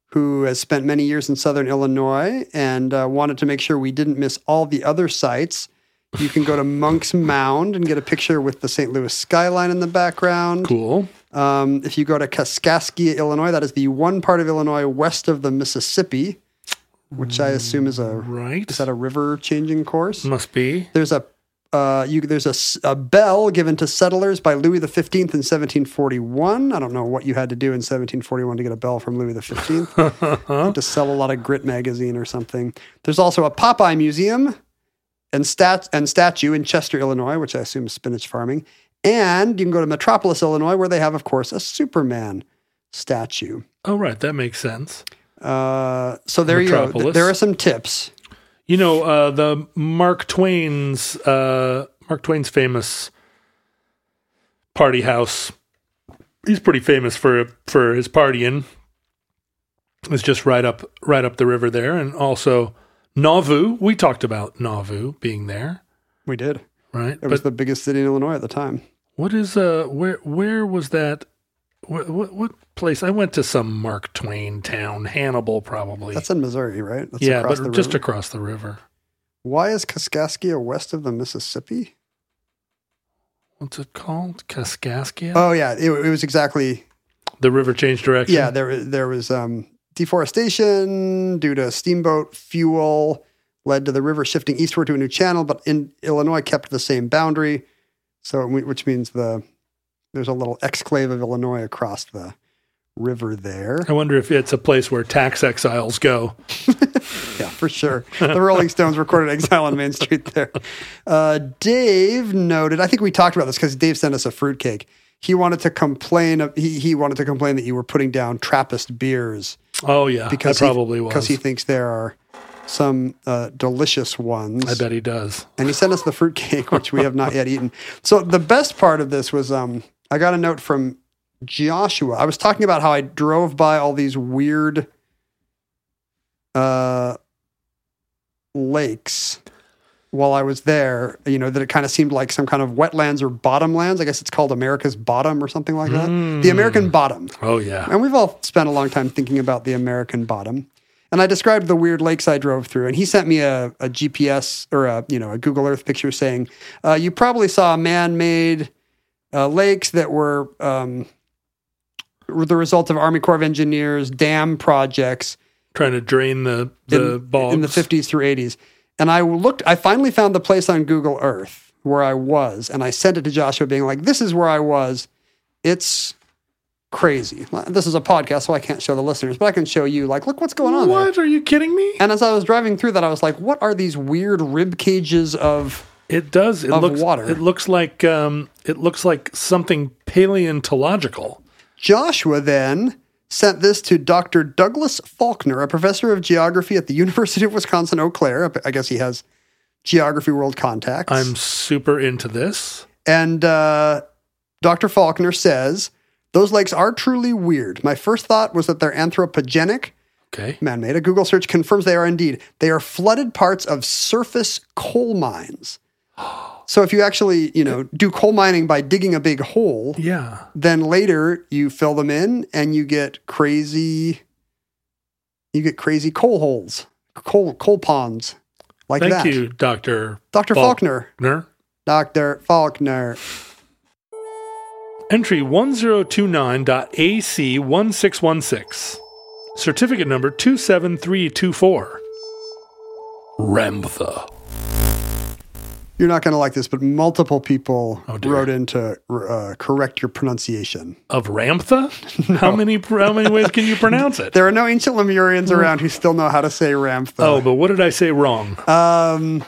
who has spent many years in Southern Illinois and uh, wanted to make sure we didn't miss all the other sites. You can go to Monk's Mound and get a picture with the St. Louis skyline in the background.
Cool.
Um, if you go to Kaskaskia, Illinois, that is the one part of Illinois west of the Mississippi, which I assume is a
Right.
is that a river changing course?
Must be.
There's a uh, you, there's a, s- a bell given to settlers by Louis the Fifteenth in 1741. I don't know what you had to do in 1741 to get a bell from Louis the Fifteenth. to sell a lot of Grit magazine or something. There's also a Popeye museum and stat and statue in Chester, Illinois, which I assume is spinach farming, And you can go to Metropolis, Illinois, where they have, of course, a Superman statue.
Oh, right. That makes sense.
Uh, so there you go. Th-
Metropolis.
There are some tips.
You know, uh, the Mark Twain's uh, Mark Twain's famous party house. He's pretty famous for for his partying. It's just right up right up the river there, and also Nauvoo. We talked about Nauvoo being there,
We did. It
right?
was
But
the biggest city in Illinois at the time.
what is uh where where was that? What, what what place? I went to some Mark Twain town, Hannibal probably.
That's in Missouri, right? That's
yeah, but
the
just
river.
across the river.
Why is Kaskaskia west of the Mississippi?
What's it called? Kaskaskia.
Oh yeah, it, it was exactly
the river changed direction.
yeah. There there was um, deforestation due to steamboat fuel led to the river shifting eastward to a new channel, but in Illinois kept the same boundary. So we- which means the there's a little exclave of Illinois across the river there.
I wonder if it's a place where tax exiles go.
Yeah, for sure. The Rolling Stones recorded Exile on Main Street there. Uh, Dave noted, I think we talked about this because Dave sent us a fruitcake. He wanted to complain. Of, he, he wanted to complain that you were putting down Trappist beers
Oh yeah,
because
I probably
he,
was.
because he thinks there are some uh, delicious ones.
I bet he does.
And he sent us the fruitcake, (laughs) which we have not yet eaten. So the best part of this was um, I got a note from Joshua. I was talking about how I drove by all these weird uh, lakes while I was there, you know, that it kind of seemed like some kind of wetlands or bottomlands. I guess it's called America's Bottom or something like
Hmm.
that. Mm. The American Bottom.
Oh yeah.
And we've all spent a long time thinking about the American bottom. And I described the weird lakes I drove through, and he sent me a, a GPS or a you know a Google Earth picture saying, uh, "You probably saw man-made uh, lakes that were um, were the result of Army Corps of Engineers dam projects
Trying to drain the the
in,
bogs.
in the 50s through 80s. And I looked, I finally found the place on Google Earth where I was, and I sent it to Joshua, being like, "This is where I was. It's crazy. This is a podcast, so I can't show the listeners, but I can show you. Like, look what's going on." there."
What are you kidding me?
And as I was driving through that, I was like, "What are these weird rib cages of?"
It does. It
Of
looks.
water.
It looks like um. It looks like something paleontological.
Joshua then sent this to Dr. Douglas Faulkner, a professor of geography at the University of Wisconsin Eau Claire. I guess he has geography world contacts.
I'm super into this.
And uh, Dr. Faulkner says, those lakes are truly weird. My first thought was that they're anthropogenic,
Okay.
man made. A Google search confirms they are indeed. They are flooded parts of surface coal mines. So if you actually, you know, do coal mining by digging a big hole,
Yeah.
then later you fill them in and you get crazy you get crazy coal holes, coal coal ponds like
Thank
that.
you, Doctor
Dr. Faulkner.
Faulkner.
Dr. Faulkner.
Entry 1029.AC1616. Certificate number 27324. Ramtha.
You're not going to like this, but multiple people
Oh, dear.
wrote in to uh, correct your pronunciation.
Of
(laughs)
Ramtha? How many how many ways can you pronounce it?
There are no ancient Lemurians around who still know how to say
oh,
Ramtha.
but what did I say wrong?
Um,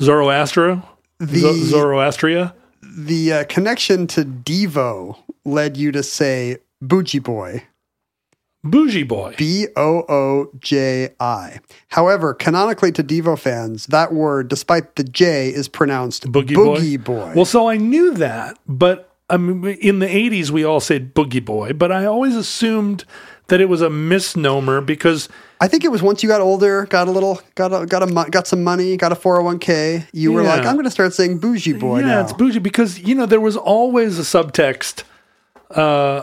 Zoroastro? Zo-
the-
Zoroastria?
the uh, connection to Devo led you to say Bougie Boy,
Bougie boy.
B O O J I. However, canonically to Devo fans, that word, despite the J, is pronounced
Boogie,
Boy.
Well, so I knew that, but I mean, in the 80s, we all said Boogie Boy, but I always assumed that it was a misnomer because
I think it was once you got older, got a little, got a, got a, mo- got some money, got a 401k. You were
Yeah.
like, I'm going to start saying Bougie Boy
yeah,
now.
it's bougie because you know there was always a subtext uh,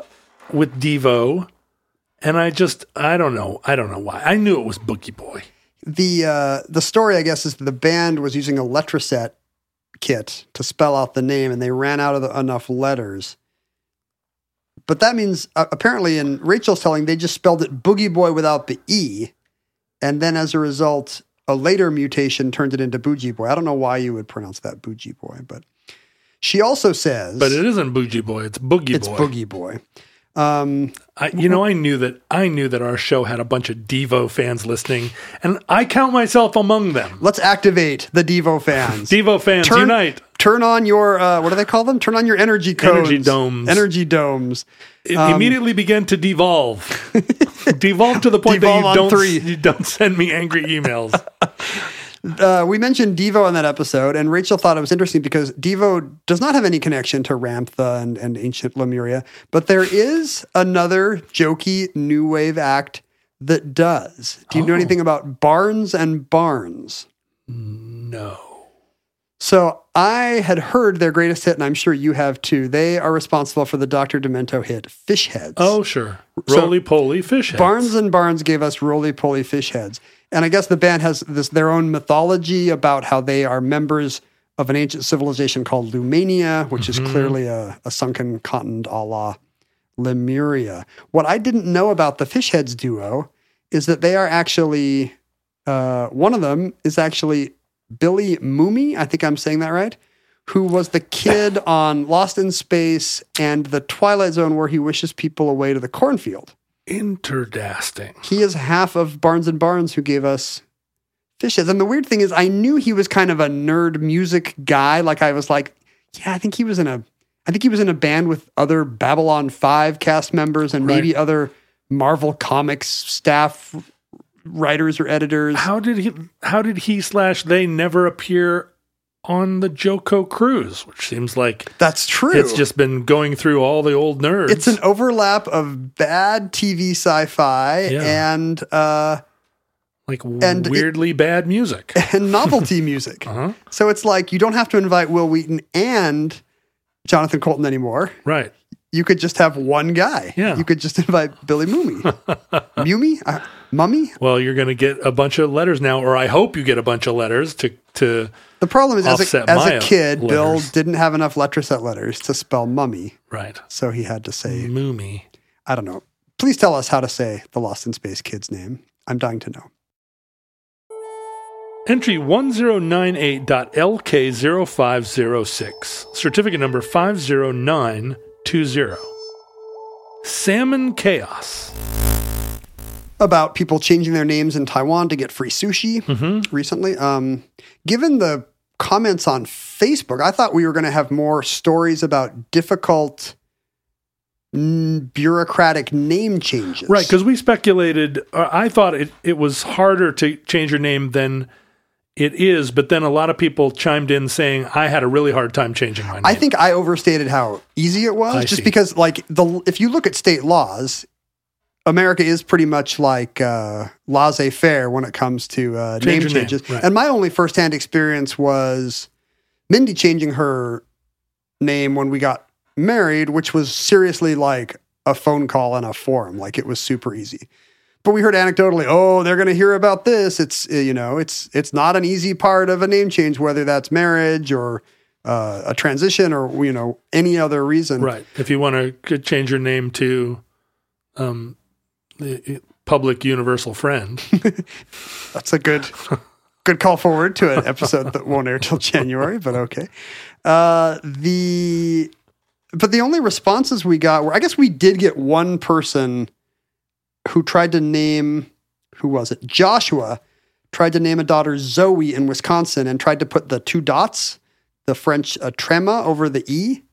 with Devo, and I just I don't know I don't know why I knew it was Boogie Boy.
the uh, the story, I guess, is that the band was using a letter set kit to spell out the name, and they ran out of the, enough letters. But that means uh, apparently, in Rachel's telling, they just spelled it Boogie Boy without the e, and then as a result, a later mutation turned it into Bougie Boy. I don't know why you would pronounce that Bougie Boy, but she also says,
But it isn't Bougie Boy; it's Boogie
it's
Boy.
Boogie Boy. Um,
I, you know, I knew that I knew that our show had a bunch of Devo fans listening, and I count myself among them.
let's activate the Devo fans.
(laughs) Devo fans
turn,
unite!
turn on your uh, what do they call them? Turn on your energy codes,
Energy domes.
energy domes.
It
um,
immediately began to
(laughs)
devolve. devolve to the point
Devolve
that
on
you don't,
three.
you don't send me angry
(laughs)
emails.
Uh, we mentioned Devo on that episode, and Rachel thought it was interesting because Devo does not have any connection to Ramtha and, and ancient Lemuria, but there is another jokey new wave act that does. Do you
Oh.
know anything about Barnes and Barnes?
no.
So I had heard their greatest hit, and I'm sure you have too. They are responsible for the Dr. Demento hit Fish Heads.
Oh, sure.
So-
Roly poly fish heads.
Barnes and Barnes gave us roly poly fish heads. And I guess the band has this their own mythology about how they are members of an ancient civilization called Lumania, which
Mm-hmm.
is clearly a, a sunken continent a la Lemuria. What I didn't know about the fish heads duo is that they are actually uh, one of them is actually Billy Moomy, I think I'm saying that right, who was the
(laughs)
kid on Lost in Space and the Twilight Zone where he wishes people away to the cornfield
Interdasting.
he is half of Barnes and Barnes who gave us fishes. And the weird thing is, I knew he was kind of a nerd music guy. Like I was like, yeah, I think he was in a, I think he was in a band with other Babylon Five cast members and maybe other Marvel Comics staff writers or editors.
How did he? How did he slash they never appear on the Joko cruise? Which seems like
That's true.
it's just been going through all the old nerds.
it's an overlap of bad TV sci-fi
Yeah.
and uh,
like
and it-
weirdly bad
(laughs)
music.
and
(laughs)
novelty music.
Uh-huh.
So it's like you don't have to invite Will Wheaton and Jonathan Colton anymore.
Right.
you could just have one guy.
Yeah.
You could just (laughs) invite Billy Moomy. Mumi? Uh, Mummy?
Well, you're going to get a bunch of letters now, or I hope you get a bunch of letters to to
The problem is, as a,
Offset
as a
Maya
kid, Bill
letters.
didn't have enough letter set letters to spell mummy.
right.
So he had to say,
Moomy.
I don't know. Please tell us how to say the Lost in Space kid's name. I'm dying to know.
Entry 1098.LK0506, certificate number 50920. Salmon Chaos.
About people changing their names in Taiwan to get free sushi
Mm-hmm.
recently. Um, given the comments on Facebook, I thought we were going to have more stories about difficult mm, bureaucratic name changes.
Right, because we speculated, or I thought it, it was harder to change your name than it is, but then a lot of people chimed in saying, I had a really hard time changing my name.
I think I overstated how easy it was,
I
just
see.
because like the if you look at state laws, America is pretty much like uh, laissez faire when it comes to uh, name
Change your name,
changes.
right.
And my only firsthand experience was Mindy changing her name when we got married, which was seriously like a phone call and a forum. Like it was super easy. But we heard anecdotally, oh, they're going to hear about this. It's uh, you know, it's it's not an easy part of a name change, whether that's marriage or uh, a transition or you know any other reason.
Right. If you want to change your name to um, the- uh, Public
(laughs)
Universal Friend,
That's a good good call forward to an episode that won't air till January, but okay. Uh, the but the only responses we got were I guess we did get one person who tried to name who was it? Joshua tried to name a daughter Zoe in Wisconsin and tried to put the two dots, the French uh, trema over the e.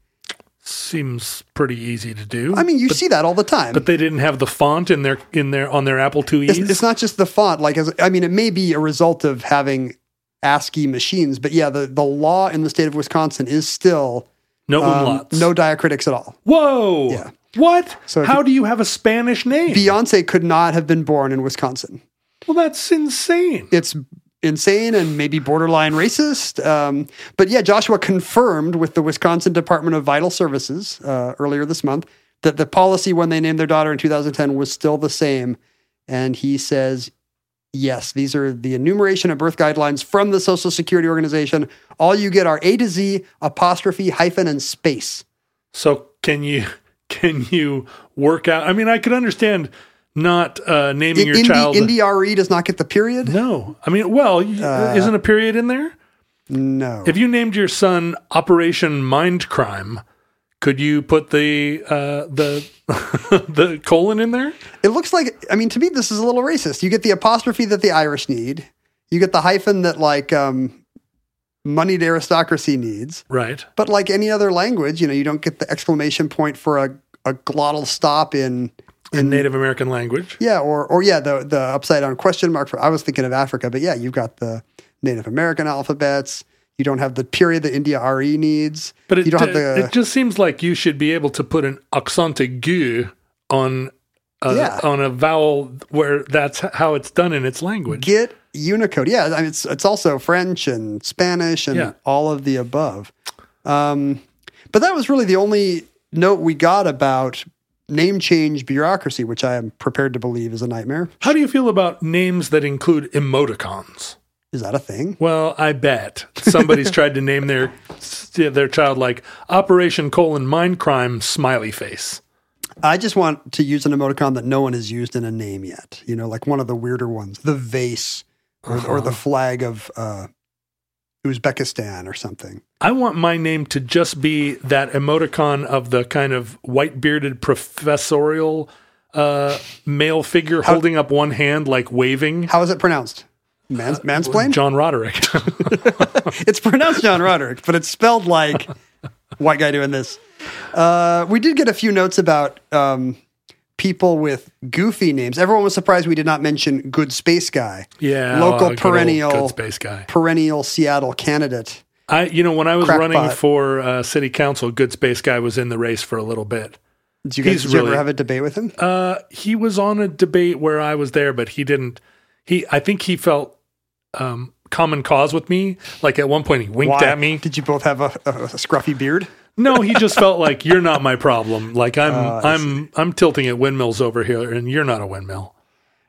seems pretty easy to do.
I mean, you see that all the time.
But they didn't have the font in their in their on their Apple IIe's.
it's, it's not just the font. Like, as, I mean, it may be a result of having ASCII machines, but yeah, the, the law in the state of Wisconsin is still
no
um,
umlauts.
no diacritics at all.
Whoa.
Yeah.
What?
So if
How
you-
do you have a Spanish name?
Beyonce could not have been born in Wisconsin.
well, that's insane.
It's insane and maybe borderline racist. Um, but yeah, Joshua confirmed with the Wisconsin Department of Vital Services uh, earlier this month that the policy when they named their daughter in 2010 was still the same. And he says, yes, these are the enumeration of birth guidelines from the Social Security Organization. All you get are A to Z, apostrophe, hyphen, and space.
So can you (laughs) can you work out? I mean, I could understand not uh, naming your
Indi-
child.
NDRE E does not get the period?
no, I mean, well, y-
Uh.
isn't a period in there?
No.
If you named your son Operation Mind Crime, could you put the uh, the (laughs) the colon in there?
It looks like, I mean, to me, this is a little racist. You get the apostrophe that the Irish need. You get the hyphen that, like, um, moneyed aristocracy needs.
Right.
But like any other language, you know, you don't get the exclamation point for a, a glottal stop in
In Native American language.
yeah, or or yeah, the the upside down question mark for I was thinking of Africa, but yeah, you've got the Native American alphabets. You don't have the period that India RE needs.
But it,
you don't have the
it just seems like you should be able to put an accent aigu on a,
Yeah.
on a vowel where that's how it's done in its language.
get Unicode. Yeah, I mean, it's it's also French and Spanish and
Yeah.
all of the above. Um, but that was really the only note we got about name change bureaucracy, which I am prepared to believe is a nightmare.
How do you feel about names that include emoticons?
Is that a thing?
Well, I bet (laughs) somebody's tried to name their their child like Operation Colon Mind Crime Smiley Face.
I just want to use an emoticon that no one has used in a name yet. You know, like one of the weirder ones, the vase or, or the flag of uh, Uzbekistan or something.
I want my name to just be that emoticon of the kind of white bearded professorial uh, male figure holding up one hand, like waving.
How is it pronounced? Mans- mansplain?
John (laughs) Roderick.
it's pronounced John Roderick, but it's spelled like white guy doing this. Uh, we did get a few notes about um, people with goofy names. Everyone was surprised we did not mention Good Space Guy.
yeah,
Local
oh, good old
perennial-
good space guy.
Perennial Seattle candidate.
I, you know, when I was
Crackpot.
running for uh, city council, good space guy was in the race for a little bit.
Did you guys
He's
did you
really-
ever have a debate with him?
Uh, he was on a debate where I was there, but he didn't. He, I think he felt um, common cause with me. Like at one point, he winked
Why?
at me.
Did you both have a, a, a scruffy beard?
No, he just felt like you're not my problem. Like I'm,
Ah,
I'm, I'm tilting at windmills over here, and you're not a windmill.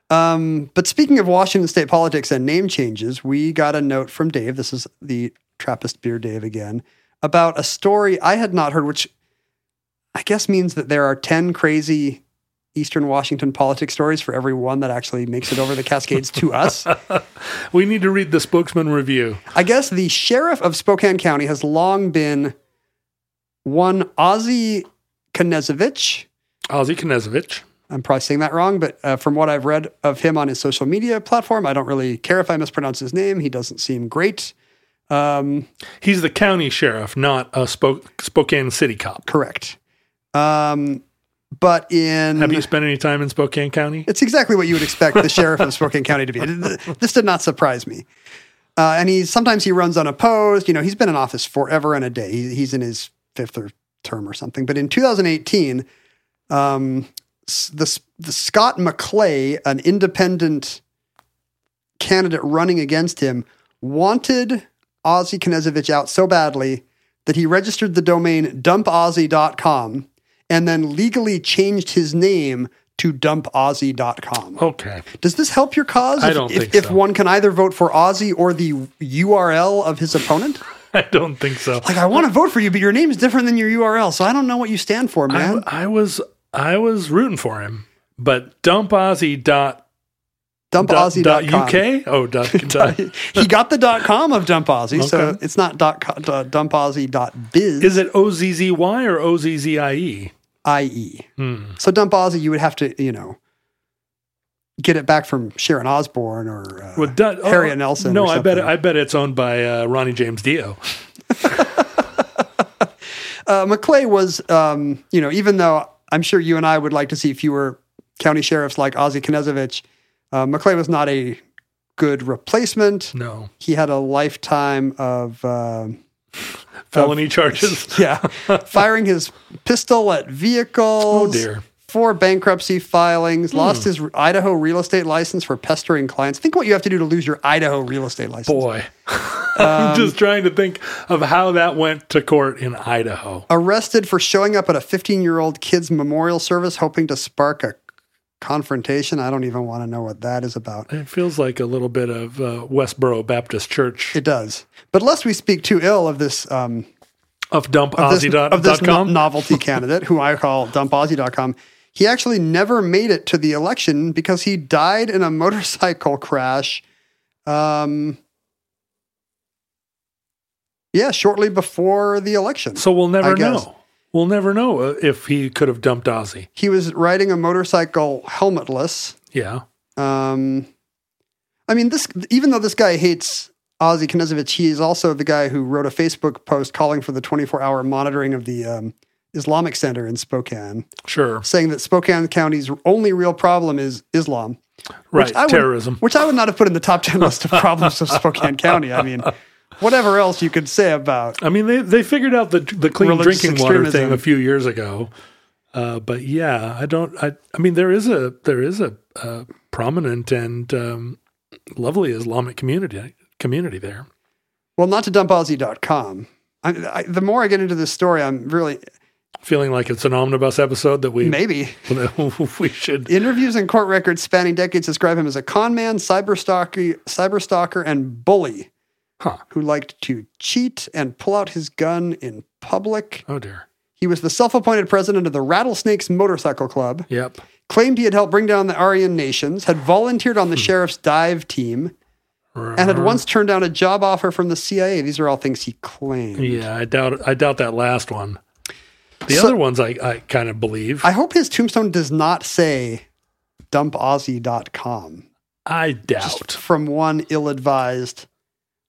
Um, but speaking of Washington state politics and name changes, we got a note from Dave. This is the Trappist Beer Dave again about a story I had not heard, which I guess means that there are 10 crazy Eastern Washington politics stories for every one that actually makes it over the Cascades to us.
We need to read the spokesman review.
I guess the sheriff of Spokane County has long been one Ozzy Knezovich.
Ozzy Knezovich.
I'm probably saying that wrong, but uh, from what I've read of him on his social media platform, I don't really care if I mispronounce his name. He doesn't seem great. Um,
He's the county sheriff, not a Spoke, Spokane city cop.
correct. Um, but in.
Have you spent any time in Spokane County?
Mm. it's exactly what you would expect the sheriff of Spokane County to be. This did not surprise me. Uh, and he sometimes he runs unopposed. You know, he's been in office forever and a day. He, he's in his fifth or term or something. But in 2018, um, s- the, the Scott McClay, an independent candidate running against him, wanted Ozzy Knezovich out so badly that he registered the domain dumpozzy.com and then legally changed his name to dumpozzy.com.
Okay. (laughs)
Does this help your cause?
I
If-
don't
if,
think
if
so.
one can either vote for Ozzy or the URL of his opponent?
I don't think so.
Like, I want to vote for you, but your name's different than your URL, so I don't know what you stand for,
I,
man.
w- I was I was rooting for him, but dump Ozzy dot, dot, dot
dumpozzy.com.
UK. Oh, dot,
(laughs)
dot
he got the dot com of dump Aussie, so
Okay.
it's not dot com, dot dump Aussie dot biz.
is it O Z Z Y or O Z Z I E?
IE.
Hmm.
So dump Aussie, you would have to, you know, get it back from Sharon Osbourne or uh,
Well, dot- oh,
Harriet Nelson.
No,
or
I bet
something.
I bet it's owned by uh, Ronnie James Dio.
uh, McClay was, um, you know, even though I'm sure you and I would like to see fewer county sheriffs like Ozzy Knezovich, uh, McClay was not a good replacement.
No
He had a lifetime of. um (laughs)
felony (laughs) charges.
Yeah. Firing his pistol at vehicles.
Oh, dear. Hmm.
Four bankruptcy filings. Lost his Idaho real estate license for pestering clients. Think what you have to do to lose your Idaho real estate license.
Boy, (laughs)
Um,
I'm just trying to think of how that went to court in Idaho.
Arrested for showing up at a 15 year old kid's memorial service, hoping to spark a confrontation. I don't even want to know what that is about.
It feels like a little bit of uh, Westboro Baptist Church
It does. But lest we speak too ill of this um,
of dump
of
Ozzy
this,
dot,
of this
dot
no-
com.
novelty candidate, who I call dumpozzy.com, he actually never made it to the election because he died in a (laughs) motorcycle crash. Um, yeah, shortly before the election.
So we'll
I
never
guess.
know. We'll never know uh, if he could have dumped Ozzy.
he was riding a motorcycle helmetless.
Yeah.
Um, I mean, this even though this guy hates Ozzy Knezovich, he is also the guy who wrote a Facebook post calling for the 24 hour monitoring of the um, Islamic Center in Spokane,
Sure.
saying that Spokane County's only real problem is Islam.
Right.
I would-
Terrorism.
which I would not have put in the top 10
(laughs)
list of problems of Spokane County. I mean, whatever else you could say about
I mean, they, they figured out the the clean
Religious
drinking water
extremism.
thing a few years ago, uh, but yeah, I don't. I I mean, there is a there is a, uh prominent and um, lovely Islamic community community there.
Well, not to dump Aussie.com. I, I, the more I get into this story, I'm really
Feeling like it's an omnibus episode that we
maybe
(laughs) we should
interviews and court records spanning decades describe him as a con man, cyber stalker, cyber stalker, and bully
Huh.
who liked to cheat and pull out his gun in public.
Oh dear.
He was the self-appointed president of the Rattlesnakes Motorcycle Club.
Yep.
Claimed he had helped bring down the Aryan nations, had volunteered on the sheriff's dive team, and
Uh-huh.
had once turned down a job offer from the CIA. These are all things he claimed.
Yeah, I doubt I doubt that last one. The
So-
other ones I, I kind of believe.
I
I,
hope his tombstone does not say dumpaussie.com
doubt.
from one ill advised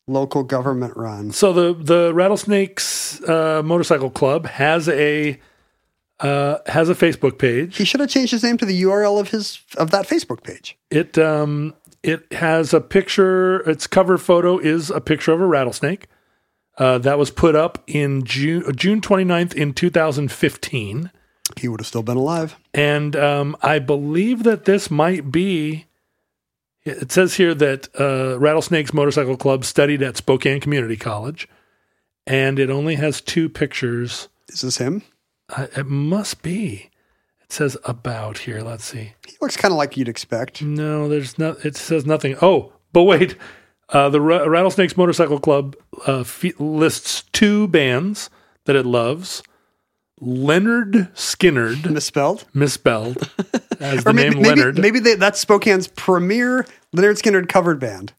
local government run.
So the the rattlesnakes uh, motorcycle club has a uh, has a Facebook page.
He should have changed his name to the URL of his of that Facebook page.
It um it has a picture. Its cover photo is a picture of a rattlesnake. Uh, that was put up in June uh, June 29th in 2015.
He would have still been alive.
And um, I believe that this might be. It says here that uh, Rattlesnakes Motorcycle Club studied at Spokane Community College, and it only has two pictures.
Is this him?
Uh, it must be. It says about here. Let's see.
He looks kind of like you'd expect.
No, there's not. It says nothing. Oh, but wait. Uh, the Ra- Rattlesnakes Motorcycle Club uh, fe- lists two bands that it loves: Leonard Skinnerd,
Misspelled? (laughs)
misspelled as the
Or maybe
name
maybe,
Leonard.
maybe they, that's Spokane's premier Leonard Skinner covered band.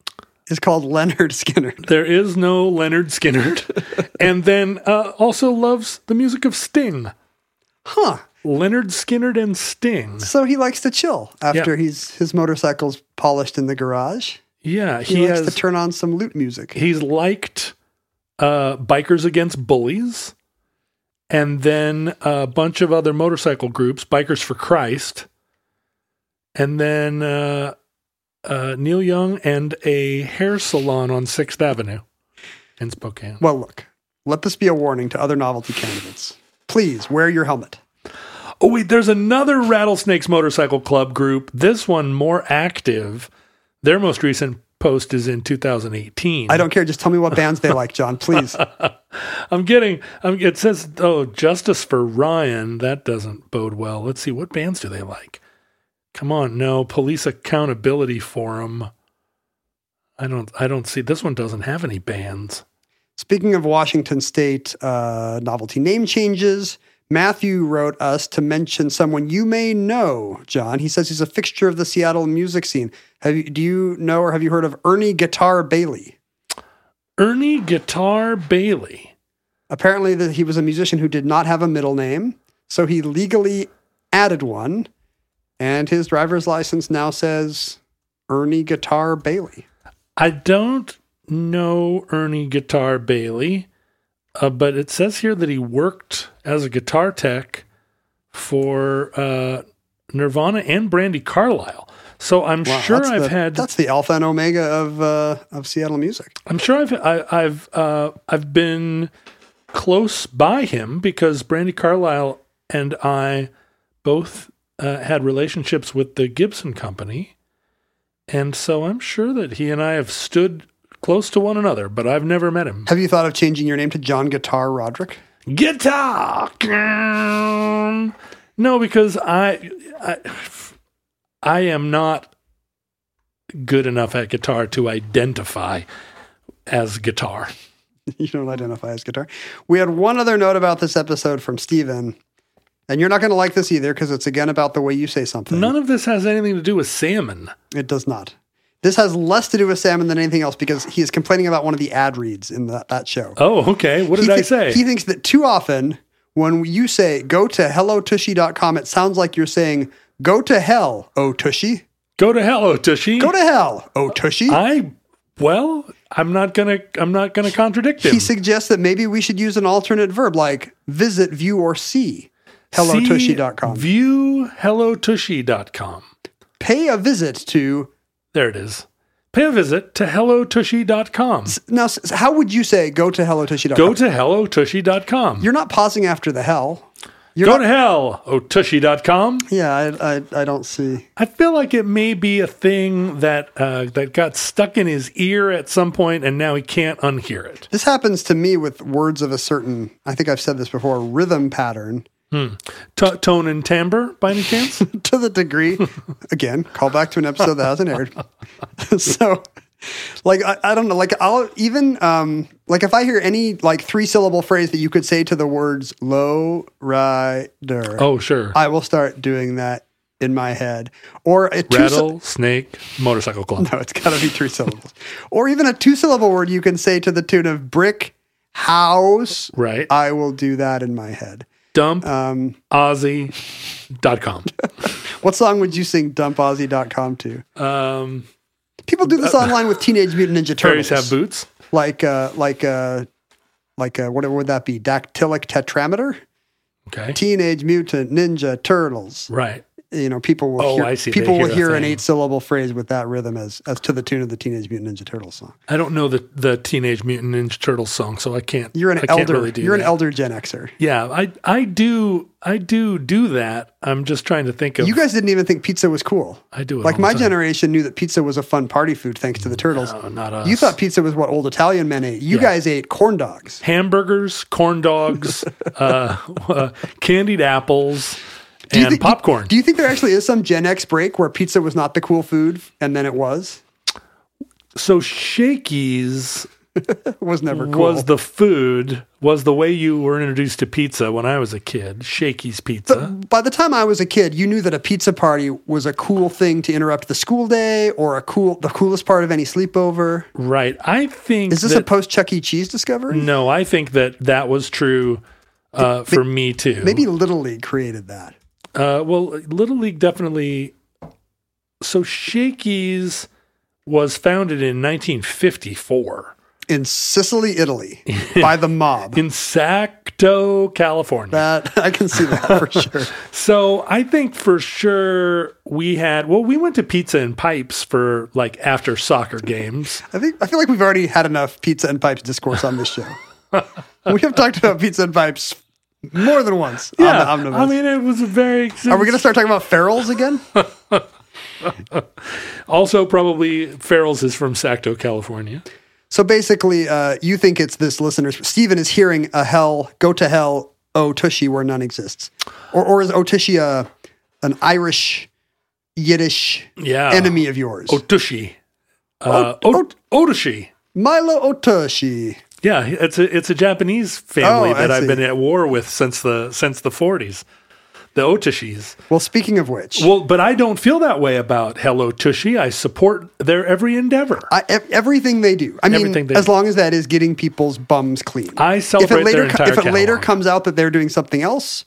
Is called (laughs) Leonard Skinner.
There is no Leonard Skinner.
(laughs)
and then uh, also loves the music of Sting.
Huh.
Leonard Skinner and Sting.
So he likes to chill after
Yeah.
he's his motorcycle's polished in the garage.
Yeah,
He,
he,
likes
has
to turn on some lute music.
he's liked uh, bikers against bullies and then a bunch of other motorcycle groups, Bikers for Christ, and then uh, uh, Neil Young and a hair salon on 6th Avenue in Spokane.
Well, look, let this be a warning to other novelty candidates. Please wear your helmet.
Oh, wait, there's another Rattlesnakes Motorcycle Club group. This one more active. Their most recent post is in 2018.
I don't care. Just tell me what bands they like, John, please.
I'm getting, I'm, it says, oh, Justice for Ryan. That doesn't bode well. Let's see, what bands do they like? Come on, no. Police Accountability Forum. I don't, I don't see, this one doesn't have any bands.
Speaking of Washington State uh, novelty name changes, Matthew wrote us to mention someone you may know, John. He says he's a fixture of the Seattle music scene. Have you, do you know or have you heard of Ernie Guitar Bailey?
Ernie Guitar Bailey.
Apparently, that he was a musician who did not have a middle name, so he legally added one, and his driver's license now says Ernie Guitar Bailey.
I don't know Ernie Guitar Bailey, uh, but it says here that he worked as a guitar tech for uh, Nirvana and Brandy Carlisle. So I'm
Wow,
sure
that's
I've
the-
had
that's the alpha and omega of uh, of Seattle music.
I'm sure I've I, I've uh, I've been close by him because Brandy Carlisle and I both uh, had relationships with the Gibson Company, and so I'm sure that he and I have stood close to one another, but I've never met him.
Have you thought of changing your name to John Guitar Roderick?
Guitar. No, because I I I am not good enough at guitar to identify as guitar.
(laughs) you don't identify as guitar. We had one other note about this episode from Steven, and you're not going to like this either because it's again about the way you say something.
None of this has anything to do with salmon.
It does not. This has less to do with salmon than anything else because he is complaining about one of the ad reads in that, that show.
Oh, okay. What did
he
I
thi-
say?
He thinks that too often when you say go to hellotushy.com, it sounds like you're saying go to hell, oh tushy.
go to hell, Otushi. (laughs)
Go to hell, oh tushy.
I well, I'm not gonna I'm not gonna contradict him.
He suggests that maybe we should use an alternate verb like visit, view, or see. HelloTushy.com.
View hellotushy.com.
Pay a visit to.
There it is. Pay a visit to hellotushy.com.
Now, s- how would you say go to HelloTushy.com?
Go to hellotushy.com.
You're not pausing after the hell. You're
Go
not-
to hell, oh, otushy.com.
Yeah, I, I, I don't see.
I feel like it may be a thing that uh, that got stuck in his ear at some point, and now he can't unhear it.
This happens to me with words of a certain, I think I've said this before, rhythm pattern.
T- tone and timbre, by any (laughs) chance?
to the degree, again, call back to an episode that hasn't aired. (laughs) so, like, I, I don't know. Like, I'll even, um, like, if I hear any, like, three syllable phrase that you could say to the words low rider,
oh, sure.
I will start doing that in my head. Or a two, sy-
Rattle, snake,
(laughs)
motorcycle club.
no, it's got to be three syllables. Or even a two syllable word you can say to the tune of brick house.
Right.
I will do that in my head.
Dump
Um,
Ozzy.com.
what song would you sing dumpozzy.com to?
Um,
People do
Uh,
this online with Teenage Mutant Ninja Turtles.
(laughs) fairies have boots.
like uh like uh like uh what would that be? Dactylic tetrameter?
Okay.
Teenage Mutant Ninja Turtles.
Right.
You know, people will
Oh,
hear,
I see. They
people
hear
will
a
hear an
thing.
eight syllable phrase with that rhythm as as to the tune of the Teenage Mutant Ninja Turtles song.
I don't know the, the Teenage Mutant Ninja Turtles song, so I can't.
You're an
I can't
elder
really do
you're an
that.
elder Gen Xer.
Yeah, I I do I do do that. I'm just trying to think of.
You guys didn't even think pizza was cool.
I do it
Like
all
my
the time.
generation knew that pizza was a fun party food thanks to the turtles.
No, not us.
You thought pizza was what old Italian men ate. You guys ate corn dogs.
hamburgers,
(laughs)
corn dogs, uh, uh, candied apples, and
think-
popcorn.
Do you think there actually is some Gen X break where pizza was not the cool food and then it was?
so Shakey's
It was never cool.
was the food, was the way you were introduced to pizza when I was a kid. Shakey's pizza.
by the time I was a kid, you knew that a pizza party was a cool thing to interrupt the school day or a cool the coolest part of any sleepover.
right. I think
Is this
that,
a post Chuck E. Cheese discovery?
no? I think that that was true. Uh, for me too.
Maybe Little League created that.
Uh, well, Little League definitely. So Shakey's was founded in 1954
In Sicily, Italy, by the mob.
in Sacto, California.
That (laughs) I can see that for sure.
So I think for sure we had. Well, we went to Pizza and Pipes for like after soccer games.
(laughs) I think I feel like we've already had enough pizza and pipes discourse on (laughs) this show. we have talked about pizza and pipes more than once. on the
Yeah,
(laughs) Omnibus.
I mean it was a very.
Are we going to start talking about ferals (laughs) again?
Also, probably Farrell's is from Sacto, California.
So basically, uh, you think it's this listener's. Stephen is hearing a hell, go to hell, oh Tushy, where none exists. Or, or is Otushy a, an Irish, Yiddish
Yeah.
enemy of yours?
Otushi. Uh,
Oh,
Ot- Otushi.
Milo Otushy.
Yeah, it's a it's a Japanese family
Oh, I
that I've
see.
been at war with since the since the 40s, the Otishis.
Well, speaking of which,
Well, but I don't feel that way about Hello Tushi. I support their every endeavor.
I, ev- everything they do. I mean,
Everything they
as
do.
long as that is getting people's bums clean.
I
if
celebrate
it later,
their
co- If it
entire
later
catalog.
comes out that they're doing something else,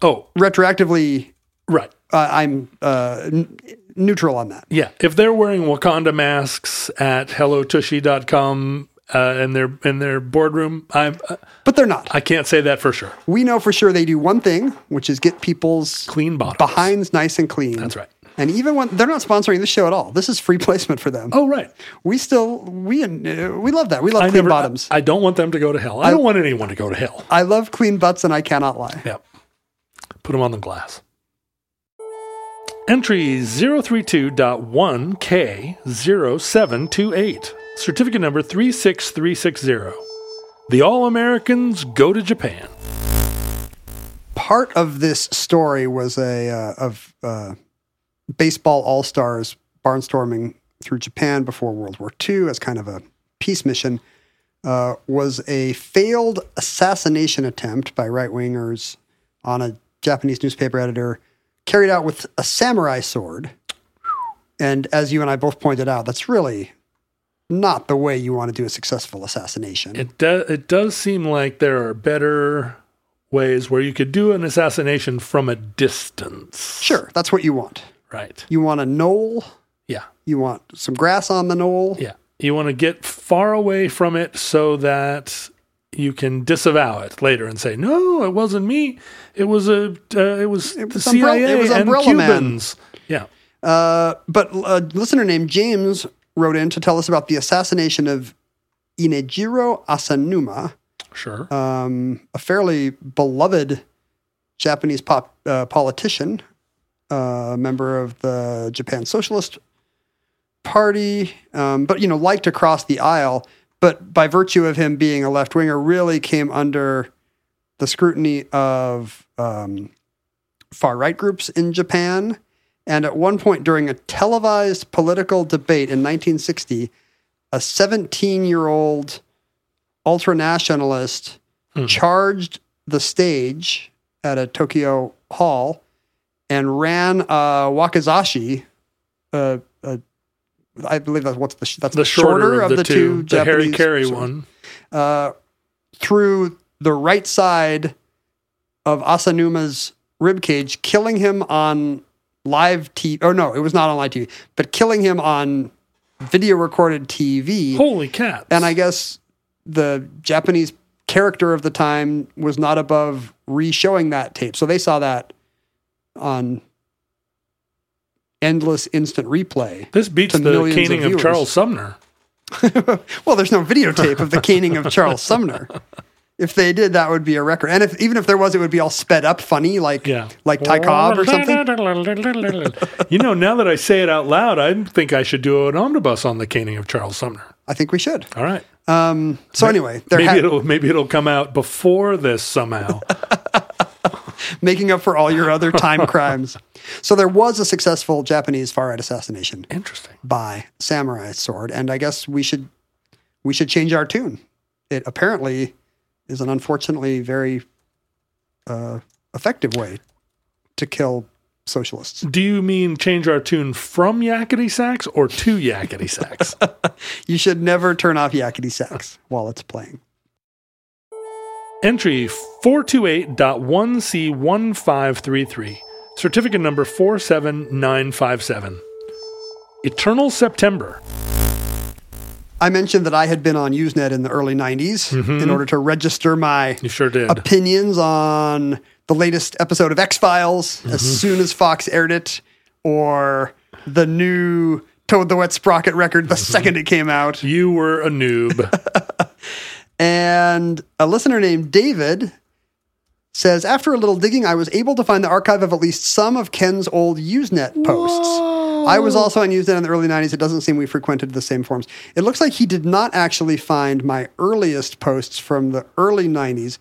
oh,
retroactively,
right.
uh, I'm uh, n- neutral on that.
Yeah, if they're wearing Wakanda masks at hellotushi.com uh, in their in their boardroom, I
But they're not.
I can't say that for sure.
We know for sure they do one thing, which is get people's
Clean bottles.
behinds nice and clean. That's
right.
And even when they're not sponsoring the show at all, this is free (laughs) placement for them.
Oh, right.
we still we uh, we love that. We love
I
clean
never
bottoms. I,
I, I don't want them to go to hell. I, don't want anyone to go to hell.
love clean butts, and I cannot lie.
Yeah. Put them on the glass. Entry 032.1K0728. Certificate number 36360. The All Americans go to Japan.
Part of this story was a uh, of uh, baseball all stars barnstorming through Japan before World War II as kind of a peace mission. Uh, was a failed assassination attempt by right wingers on a Japanese newspaper editor carried out with a samurai sword. And as you and I both pointed out, that's really not the way you want to do a successful assassination.
It, do- it does seem like there are better ways where you could do an assassination from a distance.
sure, that's what you want.
Right.
You want a knoll,
Yeah.
you want some grass on the knoll,
Yeah. You want to get far away from it so that you can disavow it later and say, "No, it wasn't me. It was a uh, it was the
was umbrella-
CIA
it was
and
Umbrella Man."
Cubans." Yeah.
Uh, but a listener named James wrote in to tell us about the assassination of Inejiro Asanuma,
Sure.
um, a fairly beloved Japanese pop, uh, politician, uh, member of the Japan Socialist Party, um, but you know liked across the aisle. But by virtue of him being a left winger, really came under the scrutiny of um, far right groups in Japan. And at one point during a televised political debate in 1960, a 17 year old ultra nationalist
Hmm.
charged the stage at a Tokyo hall and ran uh, wakizashi. Uh, uh, I believe that's what's the sh- that's
the shorter, of, the, two, the Harry
Japanese
Carey
swords
one.
uh, through the right side of Asanuma's ribcage, killing him on live TV. Oh, no, it was not on live TV, but killing him on video recorded TV.
Holy cats!
And I guess the Japanese character of the time was not above re showing that tape. So they saw that on endless instant replay.
this beats
to
the
millions of
caning of,
viewers.
Charles Sumner.
Well, there's no videotape of the caning of Charles Sumner. If they did, that would be a record. And if even if there was, it would be all sped up, funny, like
Yeah.
like Ty Cobb or something.
(laughs) you know, now that I say it out loud, I think I should do an omnibus on the caning of Charles Sumner.
I think we should.
All right.
Um, so anyway, they're
maybe
ha-
it'll maybe it'll come out before this somehow.
making up for all your
(laughs)
other time crimes. So there was a successful Japanese far right assassination
Interesting.
by samurai sword, and I guess we should we should change our tune. It apparently is an unfortunately very uh, effective way to kill socialists.
Do you mean change our tune from Yakety Sax or to Yakety
(laughs)
Sax?
You should never turn off Yakety Sax while it's playing.
Entry 428.1C1533, certificate number 47957. Eternal September.
I mentioned that I had been on Usenet in the early 90s in order to register my
You sure did.
opinions on the latest episode of X Files as soon as Fox aired it or the new Toad the Wet Sprocket record the second it came out.
You were a
(laughs)
noob.
And a listener named David says, after a little digging, I was able to find the archive of at least some of Ken's old Usenet posts. I was also on Usenet in the early 90s. It doesn't seem we frequented the same forums. It looks like he did not actually find my earliest posts from the early 90s,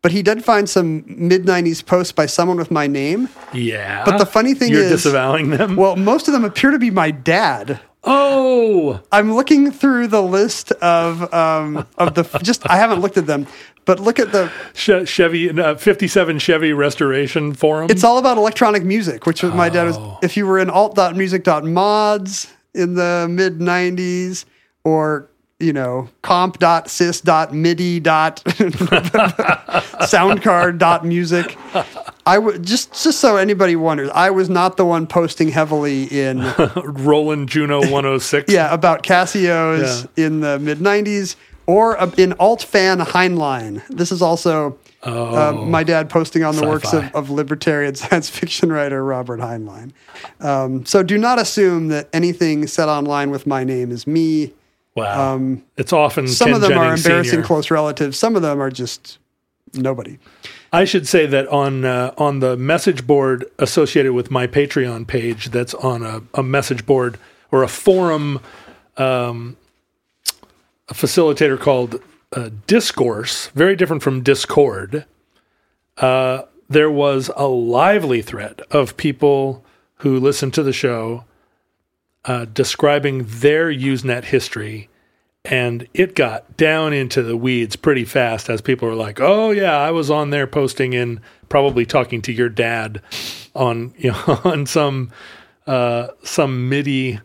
but he did find some mid 90s posts by someone with my name.
yeah.
But the funny thing
You're
is-
disavowing them?
Well, most of them appear to be my dad.
oh!
I'm looking through the list of um, of the (laughs) just I haven't looked at them, but look at the
Che- Chevy, uh, 57 Chevy Restoration Forum.
It's all about electronic music, which was my dad was. If you were in alt.music.mods in the mid 90s or, you know, (laughs) comp.sys.midi.soundcard.music, I would just, just so anybody wonders, I was not the one posting heavily in,
Roland Juno
(laughs)
106.
yeah, about Casios in the mid 90s or uh, in alt fan Heinlein. This is also. Uh, my dad posting on the works of,
Oh. Sci-fi.
of libertarian (laughs) science fiction writer Robert Heinlein. Um, so do not assume that anything said online with my name is me.
Wow. it's often
um, Some
Ken
of them
Jennings
are embarrassing
Senior.
close relatives. Some of them are just nobody.
I should say that on uh, on the message board associated with my Patreon page, that's on a, a message board or a forum, um, a facilitator called uh, Discourse, very different from Discord. Uh, there was a lively thread of people who listened to the show uh, describing their Usenet history and it got down into the weeds pretty fast as people were like, "Oh yeah, I was on there posting in probably talking to your dad on you know, (laughs) on some uh, some MIDI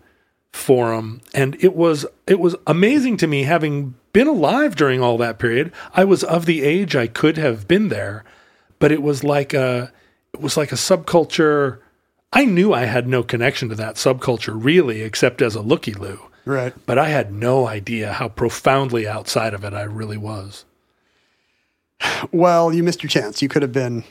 forum," and it was it was amazing to me having been alive during all that period. I was of the age I could have been there, but it was like a it was like a subculture. I knew I had no connection to that subculture really, except as a looky loo
Right.
But I had no idea how profoundly outside of it I really was.
Well, you missed your chance. You could have been.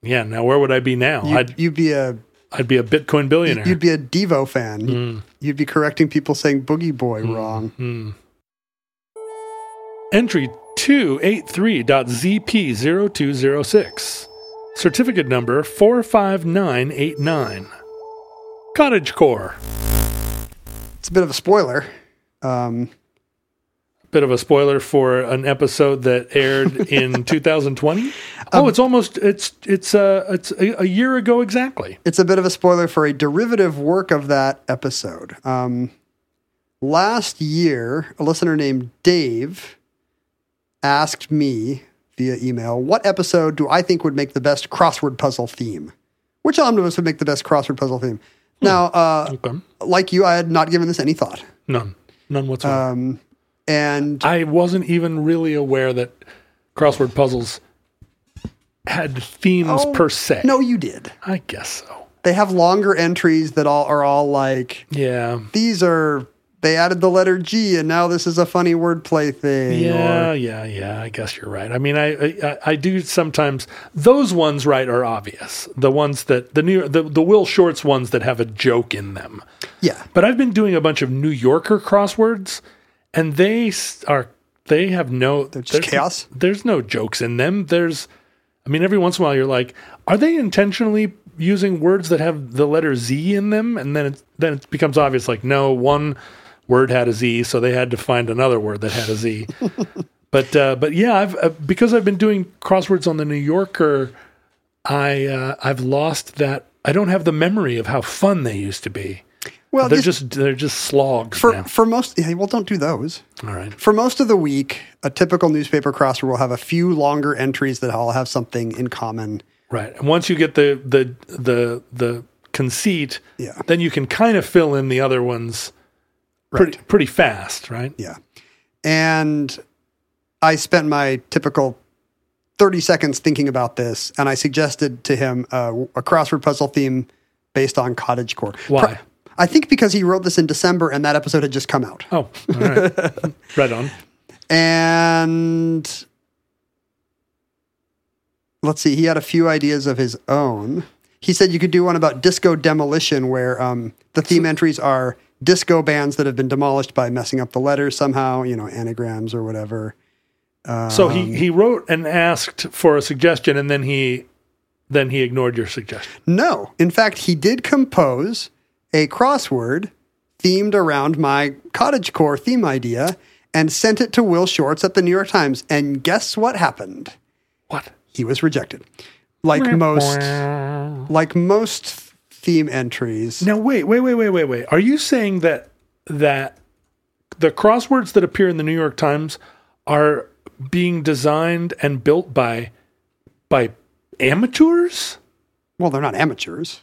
Yeah, now where would I be now?
You'd,
I'd
you'd be a
I'd be a Bitcoin billionaire.
you'd be a Devo fan.
Hmm.
You'd be correcting people saying "Boogie Boy" wrong.
Entry 283.ZP0206. Certificate number 45989. Cottage Core.
It's a bit of a spoiler. Um,
Bit of a spoiler for an episode that (laughs) aired in 2020. Oh, it's almost it's it's uh it's a, a year ago exactly.
it's a bit of a spoiler for a derivative work of that episode. Um, last year, a listener named Dave asked me via email, "What episode do I think would make the best crossword puzzle theme? Which omnibus would make the best crossword puzzle theme?" Now, uh,
Okay.
like you, I had not given this any thought,
None. None whatsoever.
and
I wasn't even really aware that crossword puzzles had themes per se.
no, you did.
I guess so.
They have longer entries that all are all like
Yeah.
these are. They added the letter G, and now this is a funny wordplay thing. or-
Yeah, yeah, yeah. I guess you're right. I mean, I, I I do sometimes those ones right are obvious. The ones that the New the the Will Shorts ones that have a joke in them.
yeah.
But I've been doing a bunch of New Yorker crosswords, and they s- are they have no they're
just chaos?
There's no jokes in them. There's, I mean, every once in a while you're like, are they intentionally using words that have the letter Z in them? And then it, then it becomes obvious, like no one word had a Z, so they had to find another word that had a Z. (laughs) but uh, but yeah, I've uh, because I've been doing crosswords on the New Yorker, I uh, I've lost that. I don't have the memory of how fun they used to be.
Well,
They're
just-
just they're just slogs
for
now.
for most yeah, well don't do those
All right.
for most of the week a typical newspaper crossword will have a few longer entries that all have something in common
Right. And once you get the the the the conceit,
Yeah.
then you can kind of fill in the other ones pretty pretty fast, right?
yeah and i spent my typical 30 seconds thinking about this and i suggested to him uh, a crossword puzzle theme based on cottage core
Why?
i think because he wrote this in december and that episode had just come out
Oh, all right.
(laughs)
right on.
And let's see, he had a few ideas of his own. He said you could do one about disco demolition, where um, the theme entries are disco bands that have been demolished by messing up the letters somehow, you know, anagrams or whatever. Um,
So he he wrote and asked for a suggestion and then he then he ignored your suggestion.
No, in fact, he did compose a crossword themed around my cottagecore theme idea and sent it to Will Shorts at the New York Times. And guess what happened?
What?
he was rejected. Like most, like most theme entries.
Now wait, wait, wait, wait, wait, wait. Are you saying that that the crosswords that appear in the New York Times are being designed and built by by amateurs?
Well, they're not amateurs.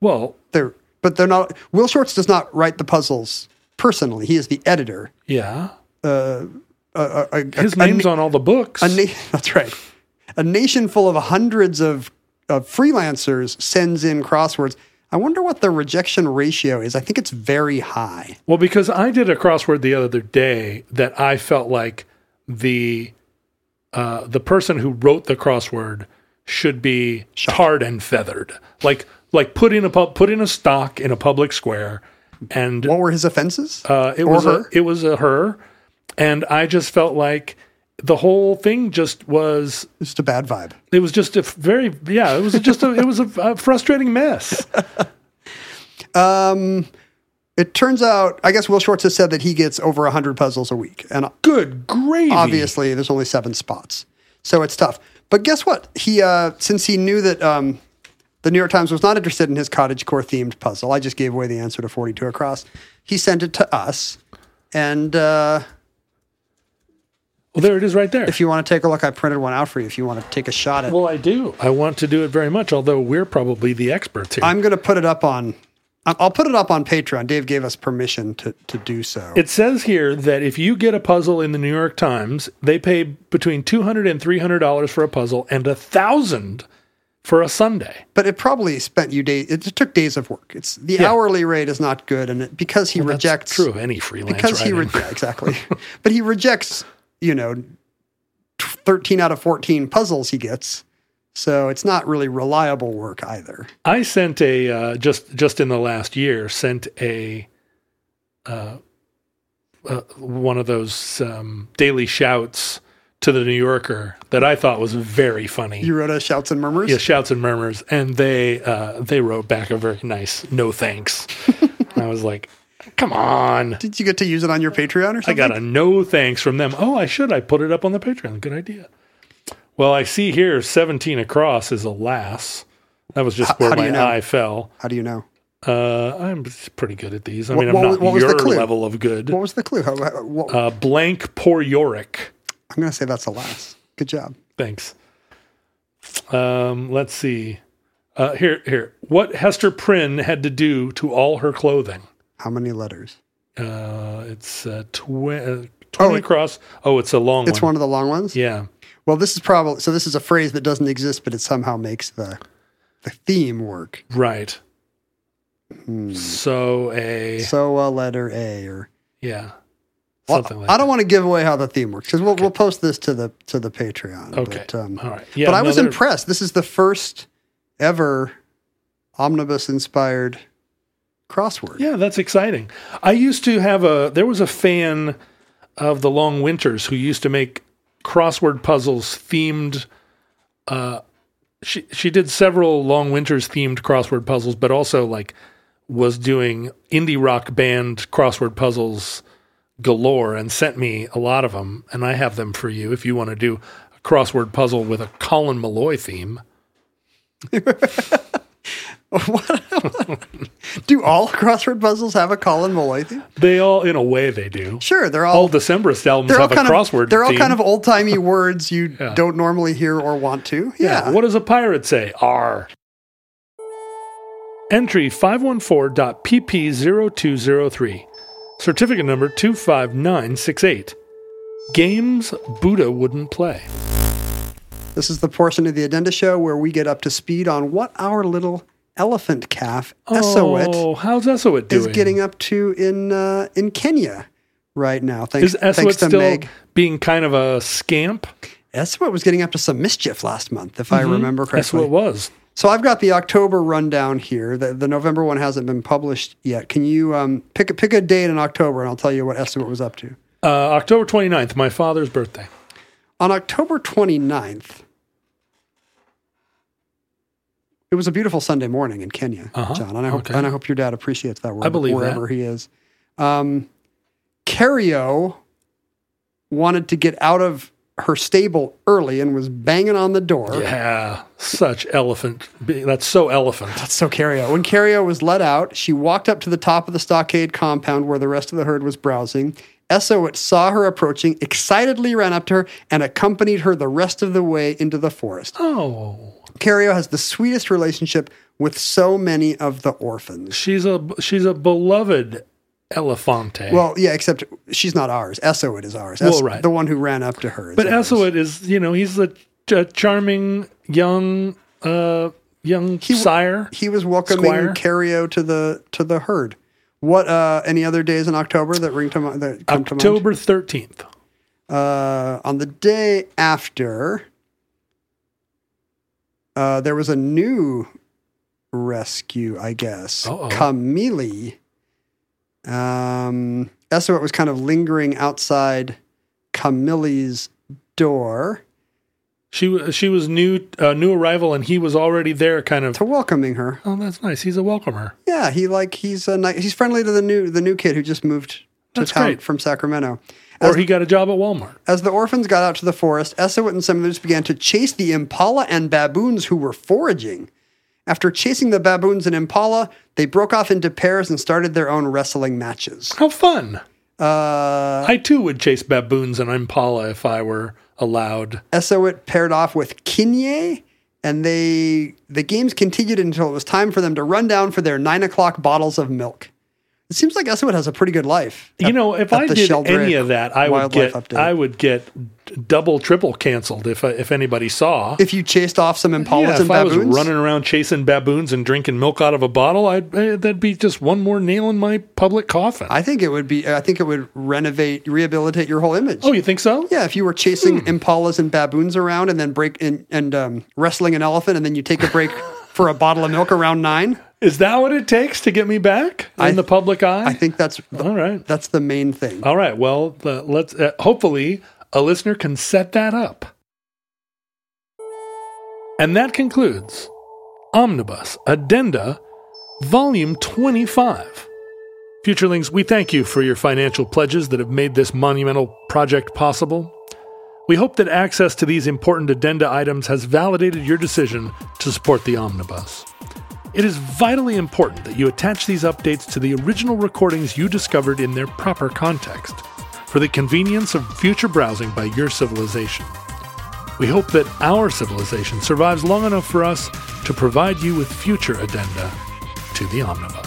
Well,
They're, but they're not. Will Shorts does not write the puzzles personally. He is the editor.
yeah.
A- a- a-
His
a
name's on all the books.
A na- (laughs) that's right. A nation full of hundreds of, of freelancers sends in crosswords. I wonder what the rejection ratio is. I think it's very high.
well, because I did a crossword the other day that I felt like the uh, the person who wrote the crossword should be tarred and feathered, like like put in a pub, put in a stock in a public square, and
What were his offenses?
Uh, it
or
was
her?
A, it was a her, and I just felt like the whole thing just was.
Just a bad vibe.
It was just a f- very yeah. It was just a it was a, a
(laughs)
frustrating mess.
It turns out, I guess Will Shorts has said that he gets over 100 puzzles a week. And
Good gravy!
obviously there's only seven spots so it's tough but guess what he uh, since he knew that um, the new york times was not interested in his cottage core themed puzzle i just gave away the answer to 42 across he sent it to us and uh,
Well, there it is right there.
if you want to take a look i printed one out for you if you want to take a shot at
well, I do. I want to do it very much. Although we're probably the experts here.
i'm going to put it up on I- i'll put it up on patreon dave gave us permission to, to do so
it says here that if you get a puzzle in the New York Times, they pay between two hundred and three hundred dollars for a puzzle, and a thousand for a Sunday.
But it probably spent you days. It took days of work. It's the
Yeah.
hourly rate is not good, and it, because he
That's
rejects
true any freelance
because he re-
writing.
yeah, exactly, (laughs) but he rejects you know t- thirteen out of fourteen puzzles he gets, so it's not really reliable work either.
I sent a uh, just just in the last year sent a uh, uh, one of those um, daily shouts to the New Yorker that I thought was very funny.
You wrote a shouts and murmurs.
yeah, shouts and murmurs, and they uh, they wrote back a very nice
(laughs)
no thanks. And I was like, come on.
Did you get to use it on your Patreon or something?
I got a no thanks from them. Oh, I should. I put it up on the Patreon. Good idea. Well, I see here 17 across is alas. That was just where
how do
my
you know?
eye fell.
How do you know?
Uh, I'm pretty good at these. I
What-
mean, I'm
what was-
not
what was the
your
clue?
level of good.
What was the clue? How, how- what,
Uh, blank porioric.
I'm going to say that's a last. Good job.
Thanks. Um, let's see. Uh, here, here. What Hester Prynne had to do to all her clothing?
How many letters?
Uh, it's uh, twi- uh, 20
Oh, it-
across. Oh, it's a long
It's
one.
one of the long ones.
Yeah.
Well, this is probably so. This is a phrase that doesn't exist, but it somehow makes the the theme work.
Right.
Hmm.
So a
So a letter A or
yeah,
Well,
something like
I don't want to give away how the theme works because we'll we'll post this to the to the Patreon.
that. okay.
But, um,
All right. Yeah,
but I
no,
was
they're-
impressed. This is the first ever omnibus inspired crossword.
Yeah, that's exciting. I used to have a there was a fan of the Long Winters who used to make crossword puzzles themed uh she she did several Long Winters themed crossword puzzles but also like was doing indie rock band crossword puzzles galore and sent me a lot of them and I have them for you if you want to do a crossword puzzle with a Colin Malloy theme.
Do all (laughs) crossword puzzles have a Colin Molloy theme?
They all in a way they do.
Sure, they're all
All Decemberist albums
they're all
have a
kind
crossword
of they're all
theme.
kind of old
(laughs)
timey words you don't normally hear or want to. Yeah.
What does a pirate say? R. Entry 514.pp0203. Certificate number 25968. Games Buddha wouldn't play.
This is the portion of the Addenda Show where we get up to speed on what our little elephant calf, Esowit,
Oh, how's Esowit
is
doing?
getting up to in uh, in Kenya right now. Thanks,
Is Esowit
thanks to
still
Meg.
being kind of a scamp?
Esowit was getting up to some mischief last month, if I
Mm-hmm.
remember correctly.
Esowit was.
So I've got the October rundown here. The, the November one hasn't been published yet. Can you um, pick a, pick a date in October, and I'll tell you what Esowit was up to.
Uh, October 29th, my father's birthday.
on October 29th, it was a beautiful Sunday morning in Kenya, John. And I, hope,
Uh-huh. Okay.
and I hope your dad appreciates that wherever,
believe that.
wherever he is. Um, Cario wanted to get out of her stable early and was banging on the door.
Yeah, such elephant. be- That's so elephant.
That's so Cario. When Cario was let out, she walked up to the top of the stockade compound where the rest of the herd was browsing. Esowit saw her approaching, excitedly ran up to her, and accompanied her the rest of the way into the forest.
Oh.
Cario has the sweetest relationship with so many of the orphans.
She's a she's a beloved Elefante.
Well, yeah, except she's not ours. Esowit is ours. Es-
Well, right.
The one who ran up to her. Is
but
ours.
Esowit is you know he's a, a charming young uh young sire.
he was welcoming
Squire?
Cario to the to the herd. What uh, any other days in October that ring to mi- that come to mind?
October thirteenth.
Uh, on the day after, uh, there was a new rescue, I guess.
Uh-oh.
Camille. Um, Esowit was kind of lingering outside Camille's door
She wa- she was new uh, new arrival and he was already there kind of.
to welcoming her.
Oh, that's nice. He's a welcomer.
Yeah, he like he's a nice, he's friendly to the new the new kid who just moved to
That's
town
great.
from Sacramento.
Or he got a job at Walmart.
As the orphans got out to the forest, Esowit and some others began to chase the impala and baboons who were foraging. After chasing the baboons and impala, they broke off into pairs and started their own wrestling matches.
How fun!
Uh,
I too would chase baboons and impala if I were allowed.
Esowit paired off with Kinye, and they the games continued until it was time for them to run down for their nine o'clock bottles of milk. It seems like Eswood has a pretty good life.
You know, if
at
I
the
did
Sheldrick
any of that, I would get
wildlife update.
I would get d- double, triple canceled if I, if anybody saw.
if you chased off some impalas
Yeah,
and
if I was
baboons,
running around chasing baboons and drinking milk out of a bottle, I'd eh, that'd be just one more nail in my public coffin.
I think it would be. I think it would renovate, rehabilitate your whole image.
oh, you think so?
Yeah, if you were chasing
Hmm.
impalas and baboons around, and then break and, and um, wrestling an elephant, and then you take a
(laughs)
break for a bottle of milk around nine,
Is that what it takes to get me back in
I-
the public eye?
I think that's the,
All right.
that's the main thing.
All right. Well, uh, let's. Uh, hopefully, a listener can set that up. And that concludes Omnibus Addenda, Volume 25. Futurelings, we thank you for your financial pledges that have made this monumental project possible. We hope that access to these important addenda items has validated your decision to support the omnibus. It is vitally important that you attach these updates to the original recordings you discovered in their proper context, for the convenience of future browsing by your civilization. We hope that our civilization survives long enough for us to provide you with future addenda to the omnibus.